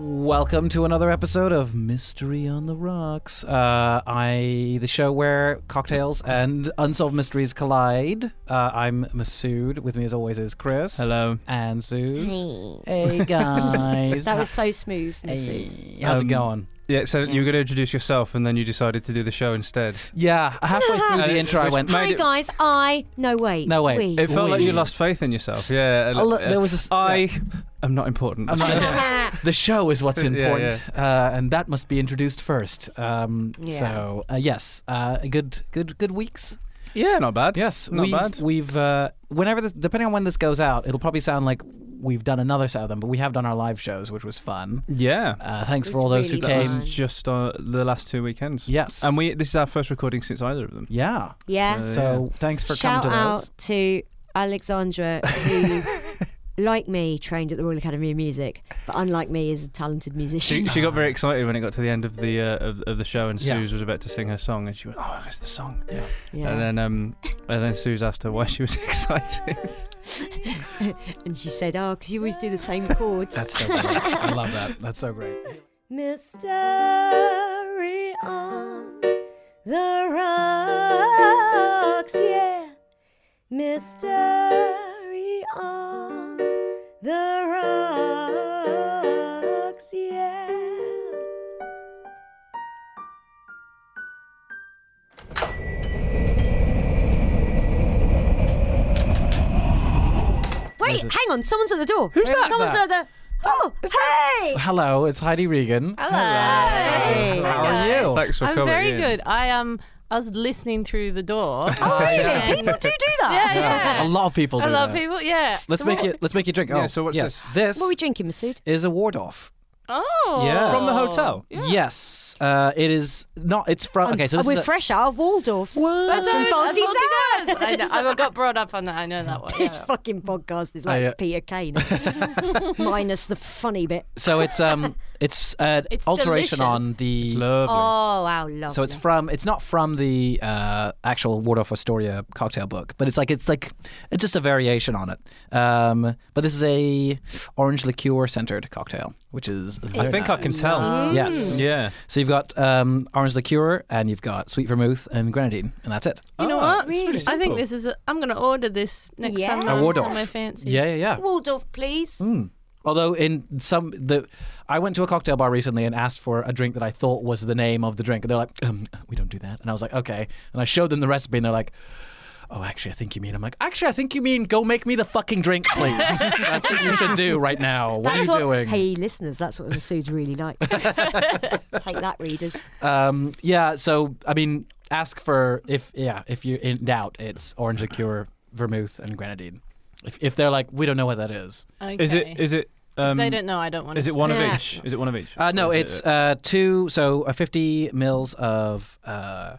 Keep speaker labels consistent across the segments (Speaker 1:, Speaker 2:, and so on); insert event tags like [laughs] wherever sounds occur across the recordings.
Speaker 1: Welcome to another episode of Mystery on the Rocks. Uh, I the show where cocktails and unsolved mysteries collide. Uh, I'm Masood. With me, as always, is Chris. Hello, and Zeus.
Speaker 2: [laughs]
Speaker 1: Hey guys,
Speaker 2: That was so smooth, Masood.
Speaker 1: Hey, how's
Speaker 3: Um,
Speaker 1: it going?
Speaker 3: Yeah, so you were going to introduce yourself, and then you decided to do the show instead.
Speaker 1: Yeah,
Speaker 2: [laughs]
Speaker 1: halfway through the
Speaker 3: Uh,
Speaker 1: intro, I
Speaker 3: which
Speaker 1: went.
Speaker 3: made
Speaker 2: Hi
Speaker 3: it-
Speaker 2: guys, I no wait.
Speaker 1: No, wait.
Speaker 2: We. [laughs]
Speaker 3: It felt like
Speaker 1: Oi.
Speaker 3: you lost faith in yourself. Yeah,
Speaker 1: Oh, look, there was a s-
Speaker 3: I am not important.
Speaker 1: I'm not- the show is what's
Speaker 3: [laughs] Yeah, yeah.
Speaker 1: important, Uh, and that must be introduced first. Um,
Speaker 2: Yeah.
Speaker 1: So uh, yes, uh, good, good, good weeks.
Speaker 3: [laughs] yeah, not bad.
Speaker 1: Yes,
Speaker 3: not
Speaker 1: we've,
Speaker 3: bad.
Speaker 1: We've uh, whenever this, depending on when this goes out, it'll probably sound like we've done another set of them, but we have done our live shows, which was fun.
Speaker 3: Yeah,
Speaker 1: Uh, thanks
Speaker 2: It
Speaker 1: for
Speaker 2: was
Speaker 1: all those
Speaker 2: really
Speaker 1: who
Speaker 3: that
Speaker 1: came.
Speaker 2: fun.
Speaker 3: was just uh, the last two weekends.
Speaker 1: Yes.
Speaker 3: and we this is our first recording since either of them.
Speaker 1: Yeah.
Speaker 2: yeah.
Speaker 1: So thanks for
Speaker 2: Shout
Speaker 1: coming to
Speaker 2: out
Speaker 1: those.
Speaker 2: to Alexandra,
Speaker 1: [laughs]
Speaker 2: who, like me, trained at the Royal Academy of Music, but unlike me, is a talented
Speaker 3: She,
Speaker 2: musician.
Speaker 3: she got very excited when it got to the end of the uh, of, of the show, and
Speaker 1: Yeah.
Speaker 3: Suze was about to sing her song, and she went, "Oh, it's the song." Yeah.
Speaker 2: yeah.
Speaker 3: And then um, and then Suze asked her why she was [laughs] excited.
Speaker 2: And she said, "Oh, because you always do the same chords."
Speaker 1: That's so great. I love that. That's so
Speaker 2: [laughs]
Speaker 1: great.
Speaker 2: Mystery on the rocks, yeah. Mystery on the rocks, yeah. Wait, hang on, someone's at the door. Who's
Speaker 1: that?
Speaker 2: Someone's
Speaker 1: Who's
Speaker 2: at the. Oh, hey!
Speaker 1: Hello, it's Heidi Regan.
Speaker 4: Hello.
Speaker 1: How are you?
Speaker 3: Thanks for
Speaker 4: I'm
Speaker 3: coming.
Speaker 4: very
Speaker 3: in.
Speaker 4: good. I um I was listening through the door.
Speaker 2: [laughs] Oh, really?
Speaker 4: Yeah.
Speaker 2: People do do that.
Speaker 4: [laughs] yeah,
Speaker 1: Yeah,
Speaker 4: yeah.
Speaker 1: A lot of people.
Speaker 4: I
Speaker 1: do
Speaker 4: love
Speaker 1: that.
Speaker 4: people. Yeah.
Speaker 1: Let's make it. Let's make you drink.
Speaker 3: Yeah,
Speaker 1: oh,
Speaker 3: so what's
Speaker 1: yes. This,
Speaker 2: What are we drinking, Masood?
Speaker 1: is a ward off.
Speaker 4: Oh.
Speaker 1: Yeah.
Speaker 3: from the hotel.
Speaker 1: Yes, uh, it is not. It's from. Okay, so
Speaker 2: Oh,
Speaker 1: this
Speaker 2: we're
Speaker 1: is a-
Speaker 2: fresh out of Waldorf's.
Speaker 1: What?
Speaker 4: I
Speaker 2: That's from
Speaker 4: know,
Speaker 2: Faulty
Speaker 4: Faulty
Speaker 2: Towers.
Speaker 4: Towers. I, know, I got brought up on that. I know that one.
Speaker 2: [laughs] This
Speaker 4: yeah.
Speaker 2: fucking podcast is like
Speaker 1: I, uh,
Speaker 2: Peter Kane,
Speaker 1: [laughs]
Speaker 2: minus the funny bit.
Speaker 1: So it's
Speaker 4: [laughs]
Speaker 1: um it's an
Speaker 4: It's
Speaker 1: alteration on
Speaker 4: delicious.
Speaker 1: the
Speaker 3: It's lovely.
Speaker 2: Oh, how lovely.
Speaker 1: So it's from it's not from the uh, actual Waldorf Astoria cocktail book, but it's like it's like it's just a variation on it. Um, but this is a orange liqueur centered cocktail, which is
Speaker 3: I think I can tell.
Speaker 4: Mm.
Speaker 1: yes.
Speaker 3: Yeah.
Speaker 1: So you've got um, orange liqueur and you've got sweet vermouth and grenadine, and that's it.
Speaker 4: You know
Speaker 3: Oh, it's
Speaker 4: what?
Speaker 3: really
Speaker 4: I think
Speaker 3: simple.
Speaker 4: this is. A, I'm gonna order this next
Speaker 2: Yeah.
Speaker 4: time.
Speaker 2: A
Speaker 4: I'm
Speaker 1: Waldorf.
Speaker 4: somewhere fancy.
Speaker 1: Yeah, yeah, yeah.
Speaker 2: Waldorf, please.
Speaker 1: Hmm, Although in some the, I went to a cocktail bar recently and asked for a drink that I thought was the name of the drink, and they're like, um, "We don't do that." And I was like, "Okay." And I showed them the recipe, and they're like, "Oh, actually, I think you mean." I'm like, "Actually, I think you mean go make me the fucking drink, please.
Speaker 2: [laughs]
Speaker 1: that's what you should do right now. What
Speaker 2: That's
Speaker 1: are
Speaker 2: what,
Speaker 1: you doing?"
Speaker 2: Hey, listeners, that's what the Masood's really
Speaker 1: [laughs]
Speaker 2: like. Take that, readers.
Speaker 1: Um, yeah. So I mean, ask for if yeah if you're in doubt, it's orange liqueur, vermouth, and grenadine. If if they're like, "We don't know what that is."
Speaker 4: Okay.
Speaker 3: Is it? Is it?
Speaker 4: If
Speaker 3: Um,
Speaker 4: they don't know. I don't want.
Speaker 3: Is
Speaker 4: to
Speaker 3: it one
Speaker 2: Yeah.
Speaker 3: of each? Is it one of each?
Speaker 1: Uh, no,
Speaker 3: Or is
Speaker 1: it's
Speaker 3: it-
Speaker 1: uh, two. So uh, 50 mils of uh,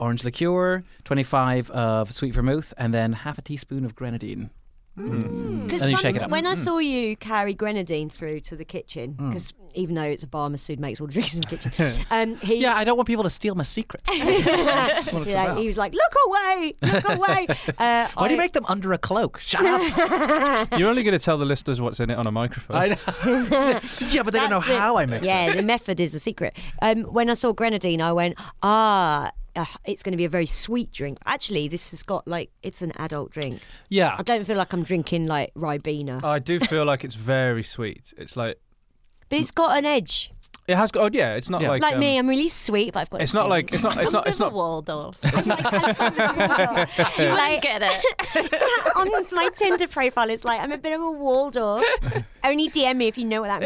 Speaker 1: orange liqueur, 25 of sweet vermouth, and then half a teaspoon of grenadine.
Speaker 2: Because
Speaker 1: Hmm. And you shake it up.
Speaker 2: when I saw you carry grenadine through to the kitchen,
Speaker 1: Hmm.
Speaker 2: because even though it's a bar, Masood makes all the drinks in
Speaker 1: [laughs]
Speaker 2: the kitchen. Um, he,
Speaker 1: Yeah, I don't want people to steal my
Speaker 2: [laughs]
Speaker 1: secrets. That's what it's
Speaker 2: yeah,
Speaker 1: about.
Speaker 2: he was like, "Look away,
Speaker 1: [laughs]
Speaker 2: look away." Uh,
Speaker 1: Why do you
Speaker 2: I-
Speaker 1: make them under a cloak? Shut up.
Speaker 2: [laughs]
Speaker 3: You're only going to tell the listeners what's in it on a microphone.
Speaker 1: I know. [laughs] yeah, but they don't know
Speaker 2: That's the-
Speaker 1: how I mix it.
Speaker 2: Yeah, the method is a secret. Um, when I saw grenadine, I went, ah, uh, it's going to be a very sweet drink. Actually, this has got like it's an adult drink.
Speaker 1: Yeah.
Speaker 2: I don't feel like I'm drinking like Ribena,
Speaker 3: Oh. I do feel like it's very sweet. It's like
Speaker 2: but it's got an edge.
Speaker 3: It has. got- Oh yeah, it's not
Speaker 1: Yeah.
Speaker 3: like
Speaker 2: Like
Speaker 3: um,
Speaker 2: me, I'm really sweet, but I've got.
Speaker 3: It's not like it's not it's
Speaker 4: I'm
Speaker 3: not
Speaker 4: a
Speaker 3: it's
Speaker 4: bit
Speaker 3: not
Speaker 4: of
Speaker 3: [laughs]
Speaker 4: a Waldorf.
Speaker 2: you
Speaker 4: [laughs] I get it.
Speaker 2: on my Tinder profile, it's like I'm a bit of a Waldorf. Only DM me if you know what that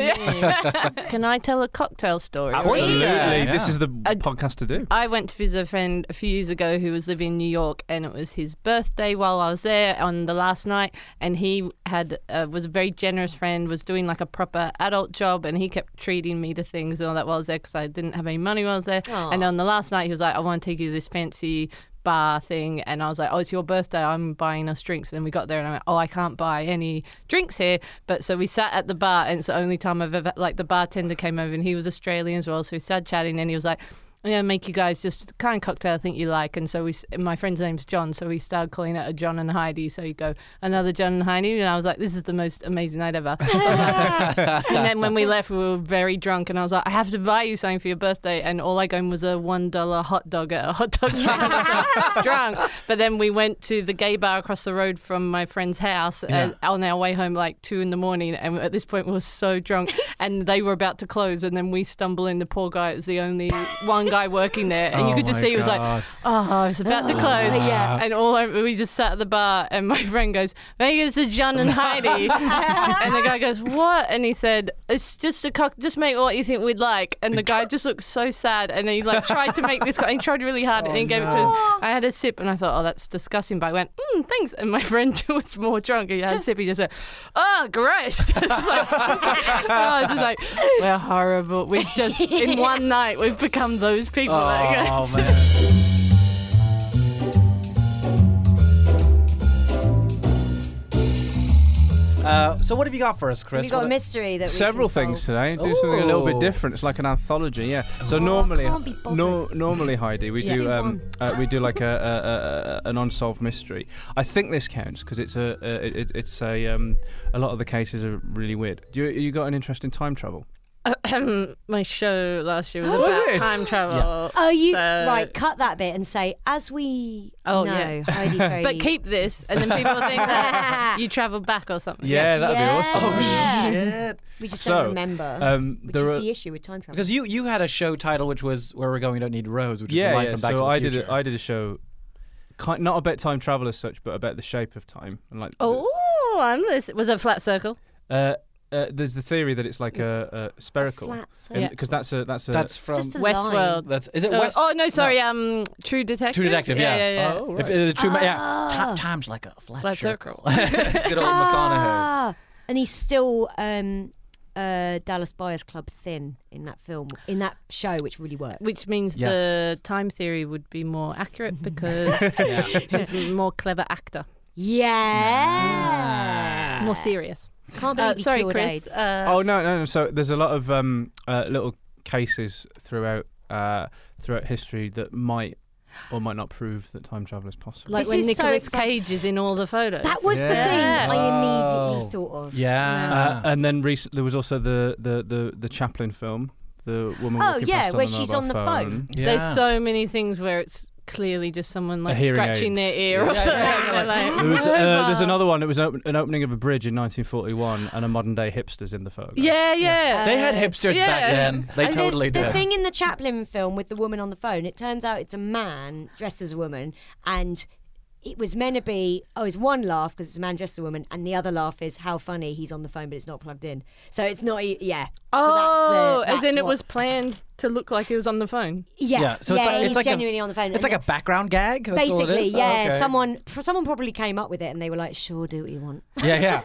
Speaker 2: means.
Speaker 4: Can I tell a cocktail story?
Speaker 3: Absolutely,
Speaker 1: Yeah.
Speaker 3: this is the
Speaker 4: I-
Speaker 3: podcast to do.
Speaker 4: I went to visit a friend a few years ago who was living in New York, and it was his birthday while I was there on the last night. And he had uh, was a very generous friend, was doing like a proper adult job, and he kept treating me to things and all that while I was there because I didn't have any money while I was there. And on the last night, he was like, "I want to take you to this fancy." bar thing and I was like oh it's your birthday I'm buying us drinks and then we got there and I went oh I can't buy any drinks here but so we sat at the bar and it's the only time I've ever like the bartender came over and he was Australian as well so we started chatting and he was like I'm gonna make you guys just the kind of cocktail I think you like. And so we, s- my friend's name's John, so we started calling it a John and Heidi. So you go another John and Heidi, and I was like, this is the most amazing night ever. and then when we left, we were very drunk, and I was like, I have to buy you something for your birthday. And all I got him was a one dollar hot dog at a
Speaker 1: [laughs]
Speaker 4: hot dog stand. I was drunk. But then we went to the gay bar across the road from my friend's house uh, on our way home, like two in the morning. And at this point, we were so drunk, and they were about to close, and then we stumble in. The poor guy it was the only one guy working there, and you
Speaker 1: Oh
Speaker 4: could
Speaker 1: my
Speaker 4: just see he was like,
Speaker 1: God.
Speaker 4: "Oh, it's [gasps] about to close."
Speaker 2: yeah.
Speaker 4: And all I, we just sat at the bar, and my friend goes, "Vegas to John and [laughs] Heidi," and the guy goes, "What?" And he said, "It's just a cock. Just make what you think we'd like." And the guy just looked so sad, and he like tried to make this. co- He tried really hard, and he gave it to us. I had a sip, and I thought, "Oh, that's disgusting." But I went, mm, "Thanks." And my [laughs] friend who was more drunk. He had a sip. He just went, "Oh, gross!" [laughs] It's like, I was just like, "We're horrible. We've just [laughs] in one night we've become those people." that go-
Speaker 1: Oh
Speaker 2: [laughs]
Speaker 1: man. Uh, so what have you got for us, Chris?
Speaker 2: We've got a
Speaker 1: What-
Speaker 2: mystery that
Speaker 3: Several
Speaker 2: we can
Speaker 3: things uh,
Speaker 2: solve.
Speaker 3: today. Do something a little
Speaker 1: Ooh.
Speaker 3: bit different. It's like an anthology, yeah. So
Speaker 2: Oh, I
Speaker 3: normally,
Speaker 2: can't be bothered.
Speaker 3: no, normally Heidi, we
Speaker 2: Yeah.
Speaker 3: do
Speaker 2: Do
Speaker 3: um,
Speaker 2: one.
Speaker 3: uh, we do like a, a, a, a an unsolved mystery. I think this counts because it's a, a it, it's a um, a lot of the cases are really weird. Do you, you got an interest in time travel?
Speaker 4: Um, my show last year was about
Speaker 3: it?
Speaker 4: time travel.
Speaker 2: Oh, you
Speaker 4: So-
Speaker 2: right? Cut that bit and say, as we
Speaker 4: Oh,
Speaker 2: know,
Speaker 4: yeah.
Speaker 2: Heidi's very.
Speaker 4: [laughs] But keep this, and then people think [laughs] that you travel back or something.
Speaker 3: that'd
Speaker 2: Yeah. Oh,
Speaker 1: Oh
Speaker 2: Yeah.
Speaker 3: [laughs]
Speaker 1: shit!
Speaker 2: we just
Speaker 3: So,
Speaker 2: don't remember,
Speaker 3: Um,
Speaker 2: which
Speaker 3: there
Speaker 2: is
Speaker 3: are-
Speaker 2: the issue with time travel.
Speaker 1: Because you you had a show title which was "Where We're Going We Don't Need Roads," which is a
Speaker 3: yeah,
Speaker 1: line
Speaker 3: yeah.
Speaker 1: from Back
Speaker 3: so
Speaker 1: to the
Speaker 3: I
Speaker 1: Future.
Speaker 3: did a, I did a show, kind, not about time travel as such, but about the shape of time and like. the-
Speaker 4: Oh, I'm this. Was it a flat circle?
Speaker 3: uh, uh, there's the theory that it's like a, a spherical.
Speaker 2: flat circle.
Speaker 3: And- 'cause that's a that's a
Speaker 1: That's
Speaker 2: It's
Speaker 1: from
Speaker 2: just a line.
Speaker 4: Westworld.
Speaker 1: that's is it
Speaker 4: No,
Speaker 1: West?
Speaker 4: oh no, sorry. Um, True Detective.
Speaker 1: True Detective. Yeah,
Speaker 4: yeah, yeah.
Speaker 3: Oh,
Speaker 1: If,
Speaker 3: right.
Speaker 1: uh, True, yeah. Ta- time's like a flat,
Speaker 4: Flat
Speaker 1: circle.
Speaker 4: circle. [laughs]
Speaker 1: Good old McConaughey.
Speaker 2: Ah, and he's still um, uh, Dallas Buyers Club thin in that film, in that show, which really works.
Speaker 4: Which means
Speaker 1: Yes.
Speaker 4: the time theory would be more [laughs] accurate because he's a more clever actor,
Speaker 2: yeah,
Speaker 1: Ah.
Speaker 4: more serious.
Speaker 2: Can't believe
Speaker 4: Uh,
Speaker 2: he
Speaker 4: sorry,
Speaker 2: cured
Speaker 4: Chris.
Speaker 2: AIDS.
Speaker 4: Uh,
Speaker 3: Oh no, no, no. So there's a lot of um, uh, little cases throughout uh, throughout history that might or might not prove that time travel is possible.
Speaker 4: like
Speaker 2: This
Speaker 4: when
Speaker 2: is so
Speaker 4: Nicolas
Speaker 2: exci-
Speaker 4: Cage is in all the photos.
Speaker 2: that was the
Speaker 4: Yeah.
Speaker 2: thing I
Speaker 1: Wow.
Speaker 2: immediately thought of.
Speaker 1: Yeah.
Speaker 3: uh, and then recent, there was also the the the, the Chaplin film, the woman.
Speaker 2: Oh,
Speaker 3: walking
Speaker 2: yeah,
Speaker 3: past on
Speaker 2: where
Speaker 3: the
Speaker 2: she's
Speaker 3: mobile
Speaker 2: on the phone.
Speaker 1: yeah.
Speaker 4: There's so many things where it's clearly just someone like
Speaker 3: hearing
Speaker 4: scratching
Speaker 3: aid.
Speaker 4: their ear or
Speaker 1: Yeah,
Speaker 4: something.
Speaker 1: yeah,
Speaker 4: [laughs]
Speaker 1: yeah.
Speaker 4: They're like,
Speaker 3: There was, uh, there's
Speaker 4: "Mobile."
Speaker 3: another one. It was open, an opening of a bridge in 1941, and a modern day hipster's in the photo.
Speaker 4: Yeah, yeah.
Speaker 2: Um,
Speaker 1: they had hipsters back
Speaker 4: yeah.
Speaker 1: then. They
Speaker 4: And the-
Speaker 1: totally
Speaker 2: the,
Speaker 1: did.
Speaker 2: The thing in the Chaplin film with the woman on the phone, it turns out it's a man dressed as a woman, and it was meant to be oh, it's one laugh because it's a man dressed as a woman, and the other laugh is how funny he's on the phone, but it's not plugged in. So it's not, e- yeah. so
Speaker 4: Oh,
Speaker 2: that's the,
Speaker 4: as in
Speaker 2: that's
Speaker 4: it
Speaker 2: what-
Speaker 4: was planned to look like he was on the phone.
Speaker 2: Yeah,
Speaker 1: Yeah,
Speaker 2: yeah.
Speaker 1: so it's like- it's
Speaker 2: he's
Speaker 1: like a-
Speaker 2: genuinely on the phone.
Speaker 1: It's
Speaker 2: And
Speaker 1: like a background gag. That's all it
Speaker 2: basically,
Speaker 1: is? Oh,
Speaker 2: yeah.
Speaker 1: okay.
Speaker 2: Someone, pr- someone probably came up with it, and they were like, "Sure, do what you want."
Speaker 1: Yeah, yeah.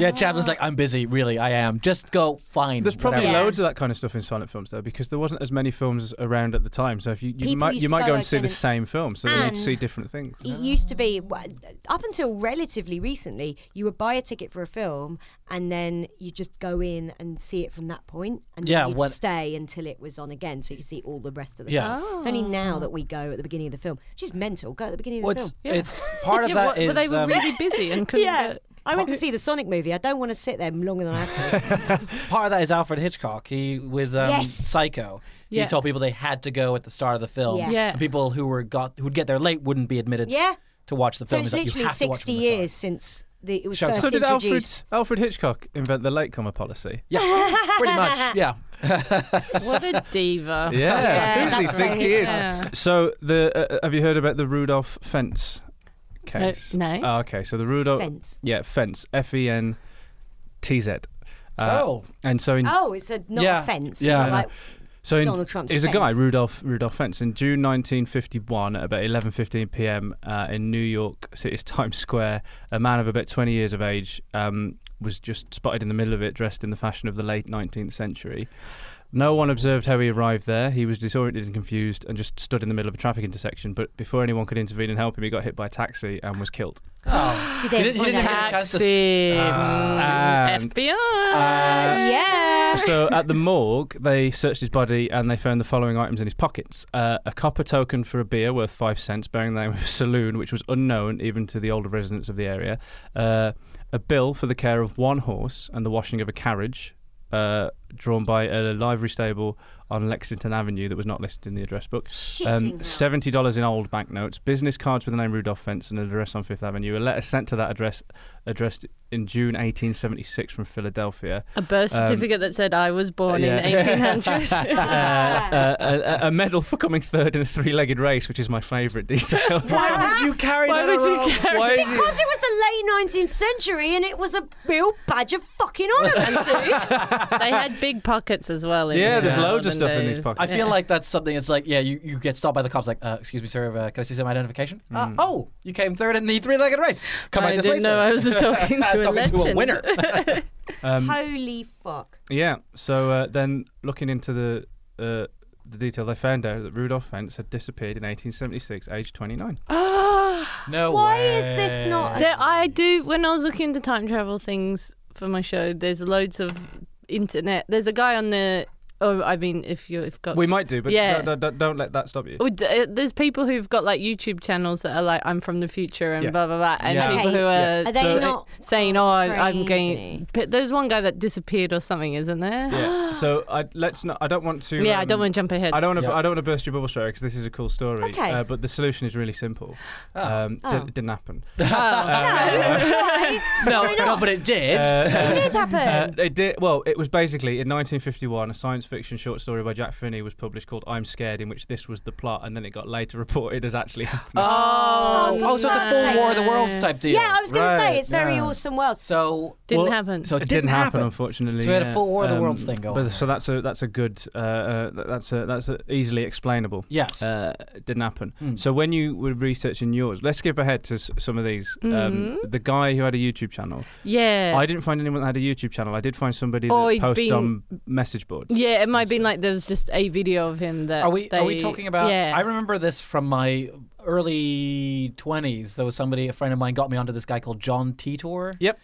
Speaker 1: Yeah, Chaplin's
Speaker 4: Ah.
Speaker 1: like, I'm busy, really, I am. Just go find.
Speaker 3: There's probably
Speaker 1: whatever."
Speaker 2: Yeah.
Speaker 3: loads of that kind of stuff in silent films though, because there wasn't as many films around at the time. So if you, you
Speaker 2: People
Speaker 3: might
Speaker 2: used
Speaker 3: you
Speaker 2: to
Speaker 3: might
Speaker 2: go
Speaker 3: go and see
Speaker 2: again
Speaker 3: the
Speaker 2: and-
Speaker 3: same film, so then you'd see
Speaker 2: And- E
Speaker 3: different things.
Speaker 1: Ah.
Speaker 2: It used to be w- up until relatively recently, you would buy a ticket for a film and then you just go in and see it from that point, and then
Speaker 1: Yeah,
Speaker 2: you'd
Speaker 1: what-
Speaker 2: stay until it was on again, so you could see all the rest of the
Speaker 1: Yeah.
Speaker 2: film. It's only
Speaker 3: Oh.
Speaker 2: now that we go at the beginning of the film, which is mental. Go at the beginning of the
Speaker 1: Well, it's,
Speaker 2: film.
Speaker 4: Yeah.
Speaker 1: it's part of
Speaker 4: yeah,
Speaker 1: that
Speaker 4: what-
Speaker 1: is
Speaker 4: but they were
Speaker 1: um,
Speaker 4: really busy and couldn't get.
Speaker 2: I went to see the Sonic movie. I don't want to sit there longer than I have
Speaker 1: [laughs]
Speaker 2: to.
Speaker 1: part of that is Alfred Hitchcock. He with um,
Speaker 2: Yes.
Speaker 1: Psycho.
Speaker 4: Yeah.
Speaker 1: He told people they had to go at the start of the film.
Speaker 2: Yeah.
Speaker 4: Yeah.
Speaker 1: And people who were got who'd get there late wouldn't be admitted
Speaker 2: yeah.
Speaker 1: to watch the
Speaker 2: So
Speaker 1: film.
Speaker 2: it's
Speaker 1: He's like, "You
Speaker 2: literally
Speaker 1: have to watch it from
Speaker 2: 60
Speaker 1: the start."
Speaker 2: years since the it was
Speaker 1: Show-
Speaker 2: first
Speaker 3: So did Alfred,
Speaker 2: introduced.
Speaker 3: Alfred Hitchcock invent the latecomer policy?
Speaker 1: Yeah, pretty much. Yeah.
Speaker 4: What a diva.
Speaker 3: [laughs] Yeah,
Speaker 2: [laughs] Yeah,
Speaker 3: who does he
Speaker 2: that's
Speaker 3: think
Speaker 2: right.
Speaker 3: he is?
Speaker 4: Yeah.
Speaker 3: So the uh, uh, have you heard about the Rudolph Fence case?
Speaker 4: no.
Speaker 3: Oh, okay, so the Rudolph
Speaker 2: Fence.
Speaker 3: yeah Fence F E N T Z. Uh,
Speaker 1: oh.
Speaker 3: and so in
Speaker 2: Oh, it's a not
Speaker 1: Yeah,
Speaker 2: a fence.
Speaker 1: yeah.
Speaker 2: not like
Speaker 3: So in,
Speaker 2: Donald Trump's
Speaker 3: it was a guy,
Speaker 2: fence.
Speaker 3: Rudolph Rudolph Fence, in June 1951, at about 11:15 p.m. Uh, in New York City's [laughs] Times Square. A man of about 20 years of age um, was just spotted in the middle of it, dressed in the fashion of the late 19th century. No one observed how he arrived there. He was disoriented and confused, and just stood in the middle of a traffic intersection. But before anyone could intervene and help him, he got hit by a taxi and was killed.
Speaker 2: did
Speaker 1: He
Speaker 2: they
Speaker 1: didn't- he
Speaker 2: find
Speaker 1: didn't
Speaker 2: out-
Speaker 1: have- chance to s-
Speaker 4: Taxi.
Speaker 3: Ah.
Speaker 4: Mm,
Speaker 3: And-
Speaker 2: Uh,
Speaker 4: FBI.
Speaker 3: [laughs]
Speaker 2: yeah.
Speaker 3: so at the morgue, they searched his body and they found the following items in his pockets: uh, a copper token for a beer worth five cents, bearing the name of a saloon, which was unknown even to the older residents of the area; uh, a bill for the care of one horse and the washing of a carriage. Uh, drawn by a livery stable on Lexington Avenue that was not listed in the address book. Um,
Speaker 2: Shitting hell.
Speaker 3: Seventy dollars in old banknotes, business cards with the name Rudolph Fence and an address on Fifth Avenue. A letter sent to that address, addressed in June 1876 from Philadelphia.
Speaker 4: A birth
Speaker 3: Um,
Speaker 4: certificate that said I was born
Speaker 3: yeah.
Speaker 4: in 1800.
Speaker 2: [laughs]
Speaker 3: uh, a, a- a medal for coming third in a three-legged race, which is my favourite detail.
Speaker 1: Why
Speaker 2: [laughs]
Speaker 1: would you carry
Speaker 4: Why
Speaker 1: that
Speaker 4: would you
Speaker 1: around?
Speaker 3: [laughs]
Speaker 4: carry [laughs]
Speaker 3: Why is it-
Speaker 2: Because it was the late 19th century and it was a real badge of fucking honour.
Speaker 1: [laughs]
Speaker 4: they had big pockets as well.
Speaker 3: [laughs]
Speaker 4: In
Speaker 3: Yeah,
Speaker 4: the
Speaker 3: there's loads of
Speaker 4: olden
Speaker 3: stuff in these
Speaker 4: days.
Speaker 3: pockets.
Speaker 1: I feel like that's something. It's like, yeah, you, you get stopped by the cops. Like, uh, excuse me, sir, uh, can I see some identification? Uh, oh, you came third in the three-legged race. Come
Speaker 4: Hmm. I
Speaker 1: right this
Speaker 4: didn't
Speaker 1: way,
Speaker 4: know I was
Speaker 1: sir. [laughs]
Speaker 4: talking to a
Speaker 1: Talking to a
Speaker 4: legend. [laughs]
Speaker 1: winner. Um,
Speaker 2: Holy fuck.
Speaker 3: Yeah. So uh, then, looking into the uh, the detail, they found out that Rudolph Fence had disappeared in 1876, aged 29.
Speaker 4: Oh,
Speaker 1: no
Speaker 2: Why
Speaker 1: way.
Speaker 2: is this not a
Speaker 4: There, I do. When I was looking into time travel things for my show, there's loads of internet. There's a guy on the. Oh, I mean, if you've got.
Speaker 3: We might do, but
Speaker 4: Yeah.
Speaker 3: don't, don't- don't, don't let that stop you.
Speaker 4: Oh, d- uh, there's people who've got like YouTube channels that are like I'm from the future and
Speaker 3: Yes.
Speaker 4: blah blah blah, and
Speaker 1: Yeah.
Speaker 4: people
Speaker 2: Okay.
Speaker 4: who are,
Speaker 2: Are they
Speaker 4: sa-
Speaker 2: not
Speaker 4: saying, "Oh, I- I'm
Speaker 2: crazy?
Speaker 4: going." But there's one guy that disappeared or something, isn't there?
Speaker 2: [laughs]
Speaker 4: [laughs] Yeah,
Speaker 3: Yeah. So I, let's not. I don't want to.
Speaker 4: I
Speaker 3: um,
Speaker 4: don't want to jump ahead.
Speaker 3: I don't want to.
Speaker 1: Yeah.
Speaker 3: I don't want to burst your bubble, Sarah, because this is a cool story.
Speaker 2: Okay.
Speaker 3: Uh, but the solution is really simple. Um, di-
Speaker 2: Oh.
Speaker 3: it didn't happen.
Speaker 1: [laughs] No, no, but it did.
Speaker 4: Uh,
Speaker 2: It did happen.
Speaker 3: Uh, it did. Well, it was basically in 1951, a science fiction short story by Jack Finney was published called "I'm Scared," in which this was the plot, and then it got later [laughs] reported as actually happening.
Speaker 1: [laughs] oh,
Speaker 2: Oh,
Speaker 1: oh, so it's a full
Speaker 2: no.
Speaker 1: War of the Worlds type deal.
Speaker 2: yeah, I was going to
Speaker 1: Right,
Speaker 2: say, it's very
Speaker 1: yeah.
Speaker 2: awesome world.
Speaker 1: So
Speaker 4: Didn't happen.
Speaker 1: So it,
Speaker 3: it didn't happen, unfortunately.
Speaker 1: So we had a
Speaker 3: yeah. Um,
Speaker 1: full War of the Worlds thing going
Speaker 3: But
Speaker 1: on.
Speaker 3: so that's a that's a good uh, uh, th- that's a that's a easily explainable.
Speaker 1: Yes. Hmm.
Speaker 3: Uh, it didn't happen. So when you were researching yours, let's skip ahead to s- some of these. Um, the guy who had a YouTube channel.
Speaker 4: Mm-hmm. yeah,
Speaker 3: I didn't find anyone that had a YouTube channel. I did find somebody that
Speaker 4: Or he'd
Speaker 3: posted
Speaker 4: been-
Speaker 3: on message boards.
Speaker 4: yeah. It might have been like there was just a video of him that.
Speaker 1: Are we are we
Speaker 4: they-
Speaker 1: talking about?
Speaker 4: Yeah,
Speaker 1: I remember this from my early twenties. There was somebody, a friend of mine, got me onto this guy called John Titor.
Speaker 3: Yep.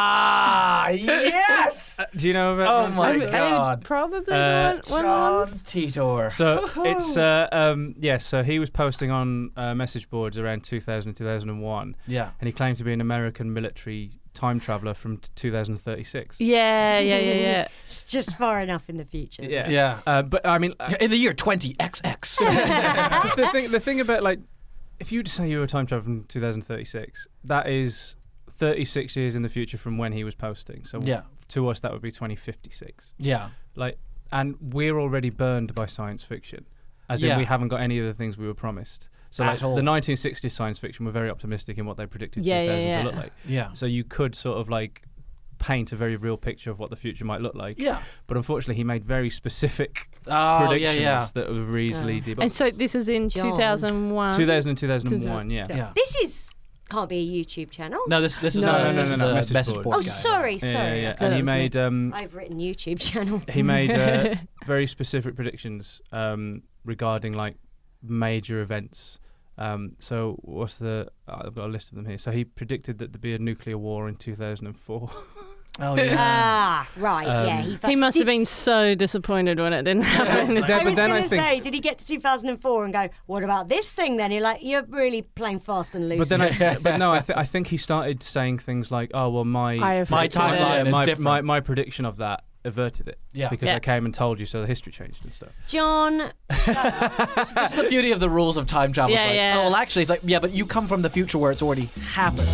Speaker 1: Ah, yes.
Speaker 3: Uh, do you know about?
Speaker 1: Oh my
Speaker 4: I
Speaker 1: God.
Speaker 4: probably
Speaker 3: Uh,
Speaker 4: want one. on.
Speaker 1: Titor. [laughs]
Speaker 3: So it's uh, um, yeah. So he was posting on uh, message boards around 2000 2001,
Speaker 1: yeah.
Speaker 3: and he claimed to be an American military time traveler from t- 2036.
Speaker 4: Yeah, yeah, yeah, yeah.
Speaker 2: It's just far enough in the future.
Speaker 1: Yeah.
Speaker 3: Uh, but I mean,
Speaker 1: [laughs]
Speaker 3: uh,
Speaker 1: In the year twenty XX.
Speaker 3: 'cause the thing the thing about like, if you say you were time traveling from 2036, that is 36 years in the future from when he was posting. So
Speaker 1: Yeah.
Speaker 3: to us that would be 2056.
Speaker 1: yeah.
Speaker 3: Like, and we're already burned by science fiction, as
Speaker 1: Yeah.
Speaker 3: in we haven't got any of the things we were promised. So
Speaker 1: At
Speaker 3: like,
Speaker 1: all.
Speaker 3: the 1960s science fiction were very optimistic in what they predicted
Speaker 4: Yeah,
Speaker 3: 2000
Speaker 4: yeah, yeah.
Speaker 3: to look like.
Speaker 1: Yeah.
Speaker 3: So you could sort of like paint a very real picture of what the future might look like.
Speaker 1: Yeah.
Speaker 3: But unfortunately, he made very specific
Speaker 1: [laughs] Oh yeah,
Speaker 3: predictions
Speaker 1: yeah.
Speaker 3: that were easily debunked.
Speaker 4: And so this was in
Speaker 2: John.
Speaker 4: 2001.
Speaker 3: 2000 and 2001, yeah.
Speaker 1: Yeah.
Speaker 2: This is can't be a YouTube channel.
Speaker 1: No, this this was
Speaker 4: No,
Speaker 1: a,
Speaker 4: no, no,
Speaker 1: this
Speaker 3: no,
Speaker 1: was
Speaker 3: no,
Speaker 1: a
Speaker 3: message
Speaker 1: message,
Speaker 3: board.
Speaker 1: board.
Speaker 2: Oh,
Speaker 1: guy.
Speaker 2: sorry,
Speaker 3: Yeah,
Speaker 2: sorry.
Speaker 3: yeah. And he
Speaker 4: was me.
Speaker 3: made um,
Speaker 2: I've written YouTube
Speaker 1: [laughs]
Speaker 2: channel.
Speaker 3: he made uh, very specific predictions um, regarding like major events. Um, so what's the? uh, I've got a list of them here. So he predicted that there'd be a nuclear war in 2004.
Speaker 1: Oh
Speaker 2: [laughs]
Speaker 1: yeah.
Speaker 2: Ah, right,
Speaker 1: Um,
Speaker 2: yeah. He, fu-
Speaker 4: He must have
Speaker 2: Did-
Speaker 4: been so disappointed when it didn't happen. [laughs]
Speaker 3: Yeah,
Speaker 2: I
Speaker 3: but
Speaker 2: was
Speaker 3: [laughs] then
Speaker 2: going
Speaker 3: I
Speaker 2: to
Speaker 3: think-
Speaker 2: say, did he get to 2004 and go, what about this thing then? You're like, you're really playing fast and loose.
Speaker 3: But then, [laughs] I, but no, I, th- I think he started saying things like, "Oh well, my
Speaker 4: I have
Speaker 1: My
Speaker 4: predicted it."
Speaker 1: timeline is
Speaker 3: my,
Speaker 1: different.
Speaker 3: my my prediction of that averted it.
Speaker 1: Yeah.
Speaker 3: because
Speaker 4: Yeah.
Speaker 3: I came and told you, so the history changed and stuff.
Speaker 2: John,
Speaker 1: That's the beauty of the rules of time travel. It's
Speaker 4: Yeah,
Speaker 1: like,
Speaker 4: yeah.
Speaker 1: Oh, well, actually, it's like, yeah, but you come from the future where it's already happened.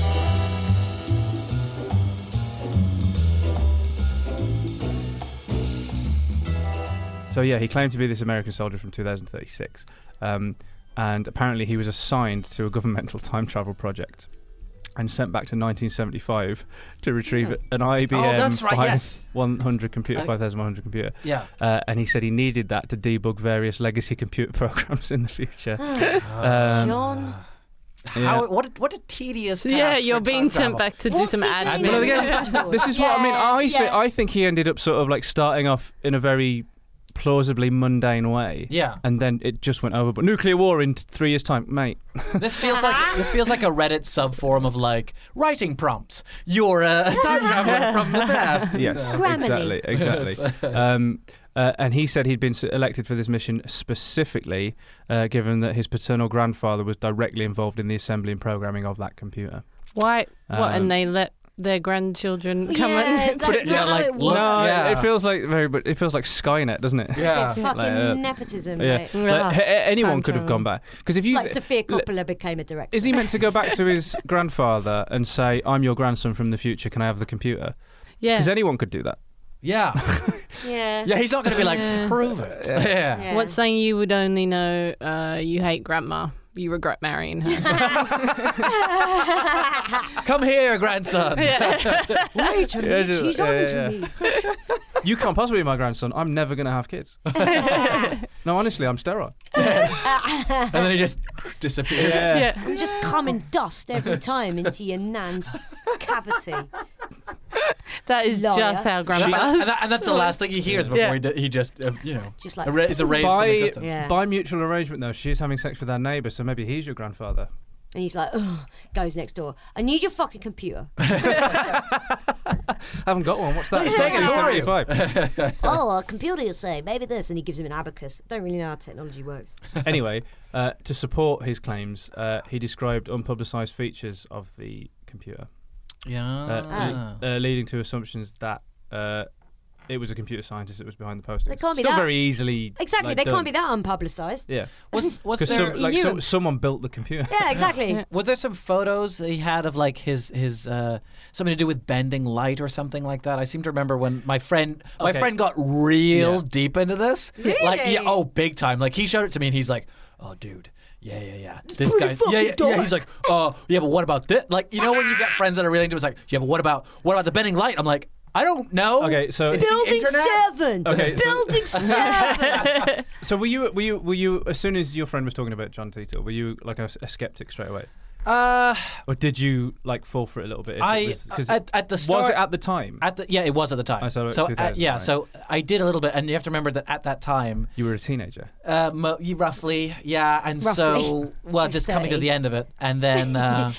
Speaker 3: So yeah, he claimed to be this American soldier from 2036, um, and apparently he was assigned to a governmental [laughs] time travel project. And sent back to 1975 to retrieve an IBM
Speaker 1: Hmm. Oh, that's right,
Speaker 3: 5
Speaker 1: yes.
Speaker 3: 100 computer,
Speaker 1: Uh,
Speaker 3: 5100 computer.
Speaker 1: Yeah.
Speaker 3: Uh, and he said he needed that to debug various legacy [laughs] computer programs in the future.
Speaker 1: Hmm.
Speaker 3: um,
Speaker 4: John.
Speaker 3: yeah.
Speaker 1: How, what, a, what a tedious task
Speaker 4: yeah,
Speaker 1: for
Speaker 4: you're
Speaker 1: a
Speaker 4: being
Speaker 1: time
Speaker 4: sent
Speaker 1: travel.
Speaker 4: back to do
Speaker 2: What's
Speaker 4: some
Speaker 2: he doing?
Speaker 4: admin.
Speaker 3: Well, again,
Speaker 2: Yeah.
Speaker 3: that's- this is what I mean. I
Speaker 2: Yeah,
Speaker 3: thi-
Speaker 2: yeah.
Speaker 3: I think he ended up sort of like starting off in a very plausibly mundane way.
Speaker 1: Yeah.
Speaker 3: And then it just went over. But nuclear war in t- three years' time, mate.
Speaker 1: This feels like this feels like a Reddit sub forum of like writing prompts. You're a time traveler from the past.
Speaker 3: yes,
Speaker 2: Grammarly.
Speaker 3: exactly, exactly. um, uh, and he said he'd been s- elected for this mission specifically, uh, given that his paternal grandfather was directly involved in the assembly and programming of that computer.
Speaker 4: Why? What?
Speaker 3: Um,
Speaker 4: And they let their grandchildren
Speaker 2: Yeah,
Speaker 4: come and
Speaker 2: that's not
Speaker 1: yeah,
Speaker 2: how
Speaker 1: like,
Speaker 2: it
Speaker 1: look-
Speaker 3: No,
Speaker 2: works.
Speaker 1: Yeah.
Speaker 3: it feels like very, but it feels like Skynet, doesn't it?
Speaker 2: It's a
Speaker 3: Like,
Speaker 2: fucking
Speaker 3: uh, [laughs]
Speaker 2: nepotism.
Speaker 3: Yeah,
Speaker 2: mate.
Speaker 4: Yeah.
Speaker 3: Like, a- a- anyone
Speaker 4: Time
Speaker 3: could have
Speaker 4: travel.
Speaker 3: gone back because if
Speaker 2: It's
Speaker 3: you
Speaker 2: like Sophia
Speaker 3: l-
Speaker 2: Coppola became a director.
Speaker 3: is he meant to go back to his grandfather and say, "I'm your grandson from the future. Can I have the computer?"
Speaker 4: [laughs] yeah.
Speaker 3: Because anyone could do that.
Speaker 1: Yeah.
Speaker 2: Yeah.
Speaker 1: Yeah, he's not going to be like,
Speaker 4: Yeah.
Speaker 1: prove it. Yeah.
Speaker 2: Yeah.
Speaker 4: What's saying you would only know uh, you hate grandma? You regret
Speaker 2: [laughs]
Speaker 4: marrying her.
Speaker 1: Come here,
Speaker 4: [laughs]
Speaker 1: grandson.
Speaker 2: Wait a minute,
Speaker 3: just-
Speaker 2: he's
Speaker 3: yeah,
Speaker 2: on
Speaker 3: yeah,
Speaker 2: to me.
Speaker 3: You can't possibly be my grandson. I'm never going to have kids. no, honestly, I'm sterile.
Speaker 1: And then he just disappears.
Speaker 4: yeah.
Speaker 2: You just come and dust every time into your nan's cavity.
Speaker 4: That is
Speaker 2: Liar.
Speaker 4: just how grandma
Speaker 1: And,
Speaker 4: does.
Speaker 1: and that, and that's the last thing he hears before
Speaker 4: Yeah.
Speaker 1: he, d- he just, uh, you know,
Speaker 2: Just like-
Speaker 1: erra- is erased from
Speaker 3: By,
Speaker 1: existence.
Speaker 2: Yeah.
Speaker 3: by mutual arrangement, though, she's having sex with our neighbour, so maybe he's your grandfather.
Speaker 2: And he's like, Ugh, goes next door. I need your
Speaker 3: [laughs]
Speaker 2: fucking computer.
Speaker 3: I haven't got one. What's that?
Speaker 1: Please take it, how are you?
Speaker 3: 1975.
Speaker 2: oh, a computer, you'll say. Maybe this. And he gives him an abacus. Don't really know how technology works.
Speaker 3: anyway, uh, to support his claims, uh, he described unpublicised features of the computer.
Speaker 1: Yeah.
Speaker 2: Oh.
Speaker 3: uh, uh, leading to assumptions that uh, it was a computer scientist that was behind the posters.
Speaker 2: They can't be
Speaker 3: Still
Speaker 2: that-
Speaker 3: very easily.
Speaker 2: Exactly.
Speaker 3: like,
Speaker 2: they
Speaker 3: done.
Speaker 2: can't be that unpublicised.
Speaker 3: Yeah,
Speaker 1: was, was, there,
Speaker 3: because some,
Speaker 2: he
Speaker 3: like
Speaker 2: knew
Speaker 3: so,
Speaker 2: him.
Speaker 3: someone built the
Speaker 2: [laughs]
Speaker 3: computer.
Speaker 2: Yeah,
Speaker 3: [laughs]
Speaker 2: exactly.
Speaker 4: Yeah.
Speaker 1: were there some photos that he had of like his, his uh, something to do with bending light or something like that? I seem to remember when my friend my
Speaker 3: Okay.
Speaker 1: friend got real
Speaker 3: Yeah.
Speaker 1: deep into this. Like, yeah,
Speaker 2: Really?
Speaker 1: oh, big time. Like, he showed it to me and he's like, oh, dude. Yeah, yeah, yeah. This
Speaker 2: pretty
Speaker 1: guy,
Speaker 2: fucking
Speaker 1: yeah, yeah, yeah.
Speaker 2: dark.
Speaker 1: He's like, oh, yeah, but what about this? Like, you know, when you get friends that are really into, it, it's like, yeah, but what about what about the bending light? I'm like, I don't know.
Speaker 3: Okay, so-
Speaker 1: it's the
Speaker 2: Building
Speaker 1: internet.
Speaker 2: seven.
Speaker 3: Okay, so- [laughs]
Speaker 2: Building seven.
Speaker 3: So were you? Were you? Were you? As soon as your friend was talking about John Titor, were you like a, a skeptic straight away,
Speaker 1: Uh,
Speaker 3: or did you like fall for it a little bit? if it
Speaker 1: I-
Speaker 3: was- 'cause
Speaker 1: at- at the
Speaker 3: was
Speaker 1: start-
Speaker 3: it at the time
Speaker 1: at the yeah, it was at the time.
Speaker 3: I saw it
Speaker 1: so uh,
Speaker 3: 2000,
Speaker 1: yeah,
Speaker 3: right.
Speaker 1: so I did a little bit, and you have to remember that at that time,
Speaker 3: you were a teenager.
Speaker 1: uh, mo- you roughly, yeah, and so
Speaker 2: Roughly.
Speaker 1: well,
Speaker 2: You're
Speaker 1: just coming to
Speaker 2: 30.
Speaker 1: the end of it, and then uh,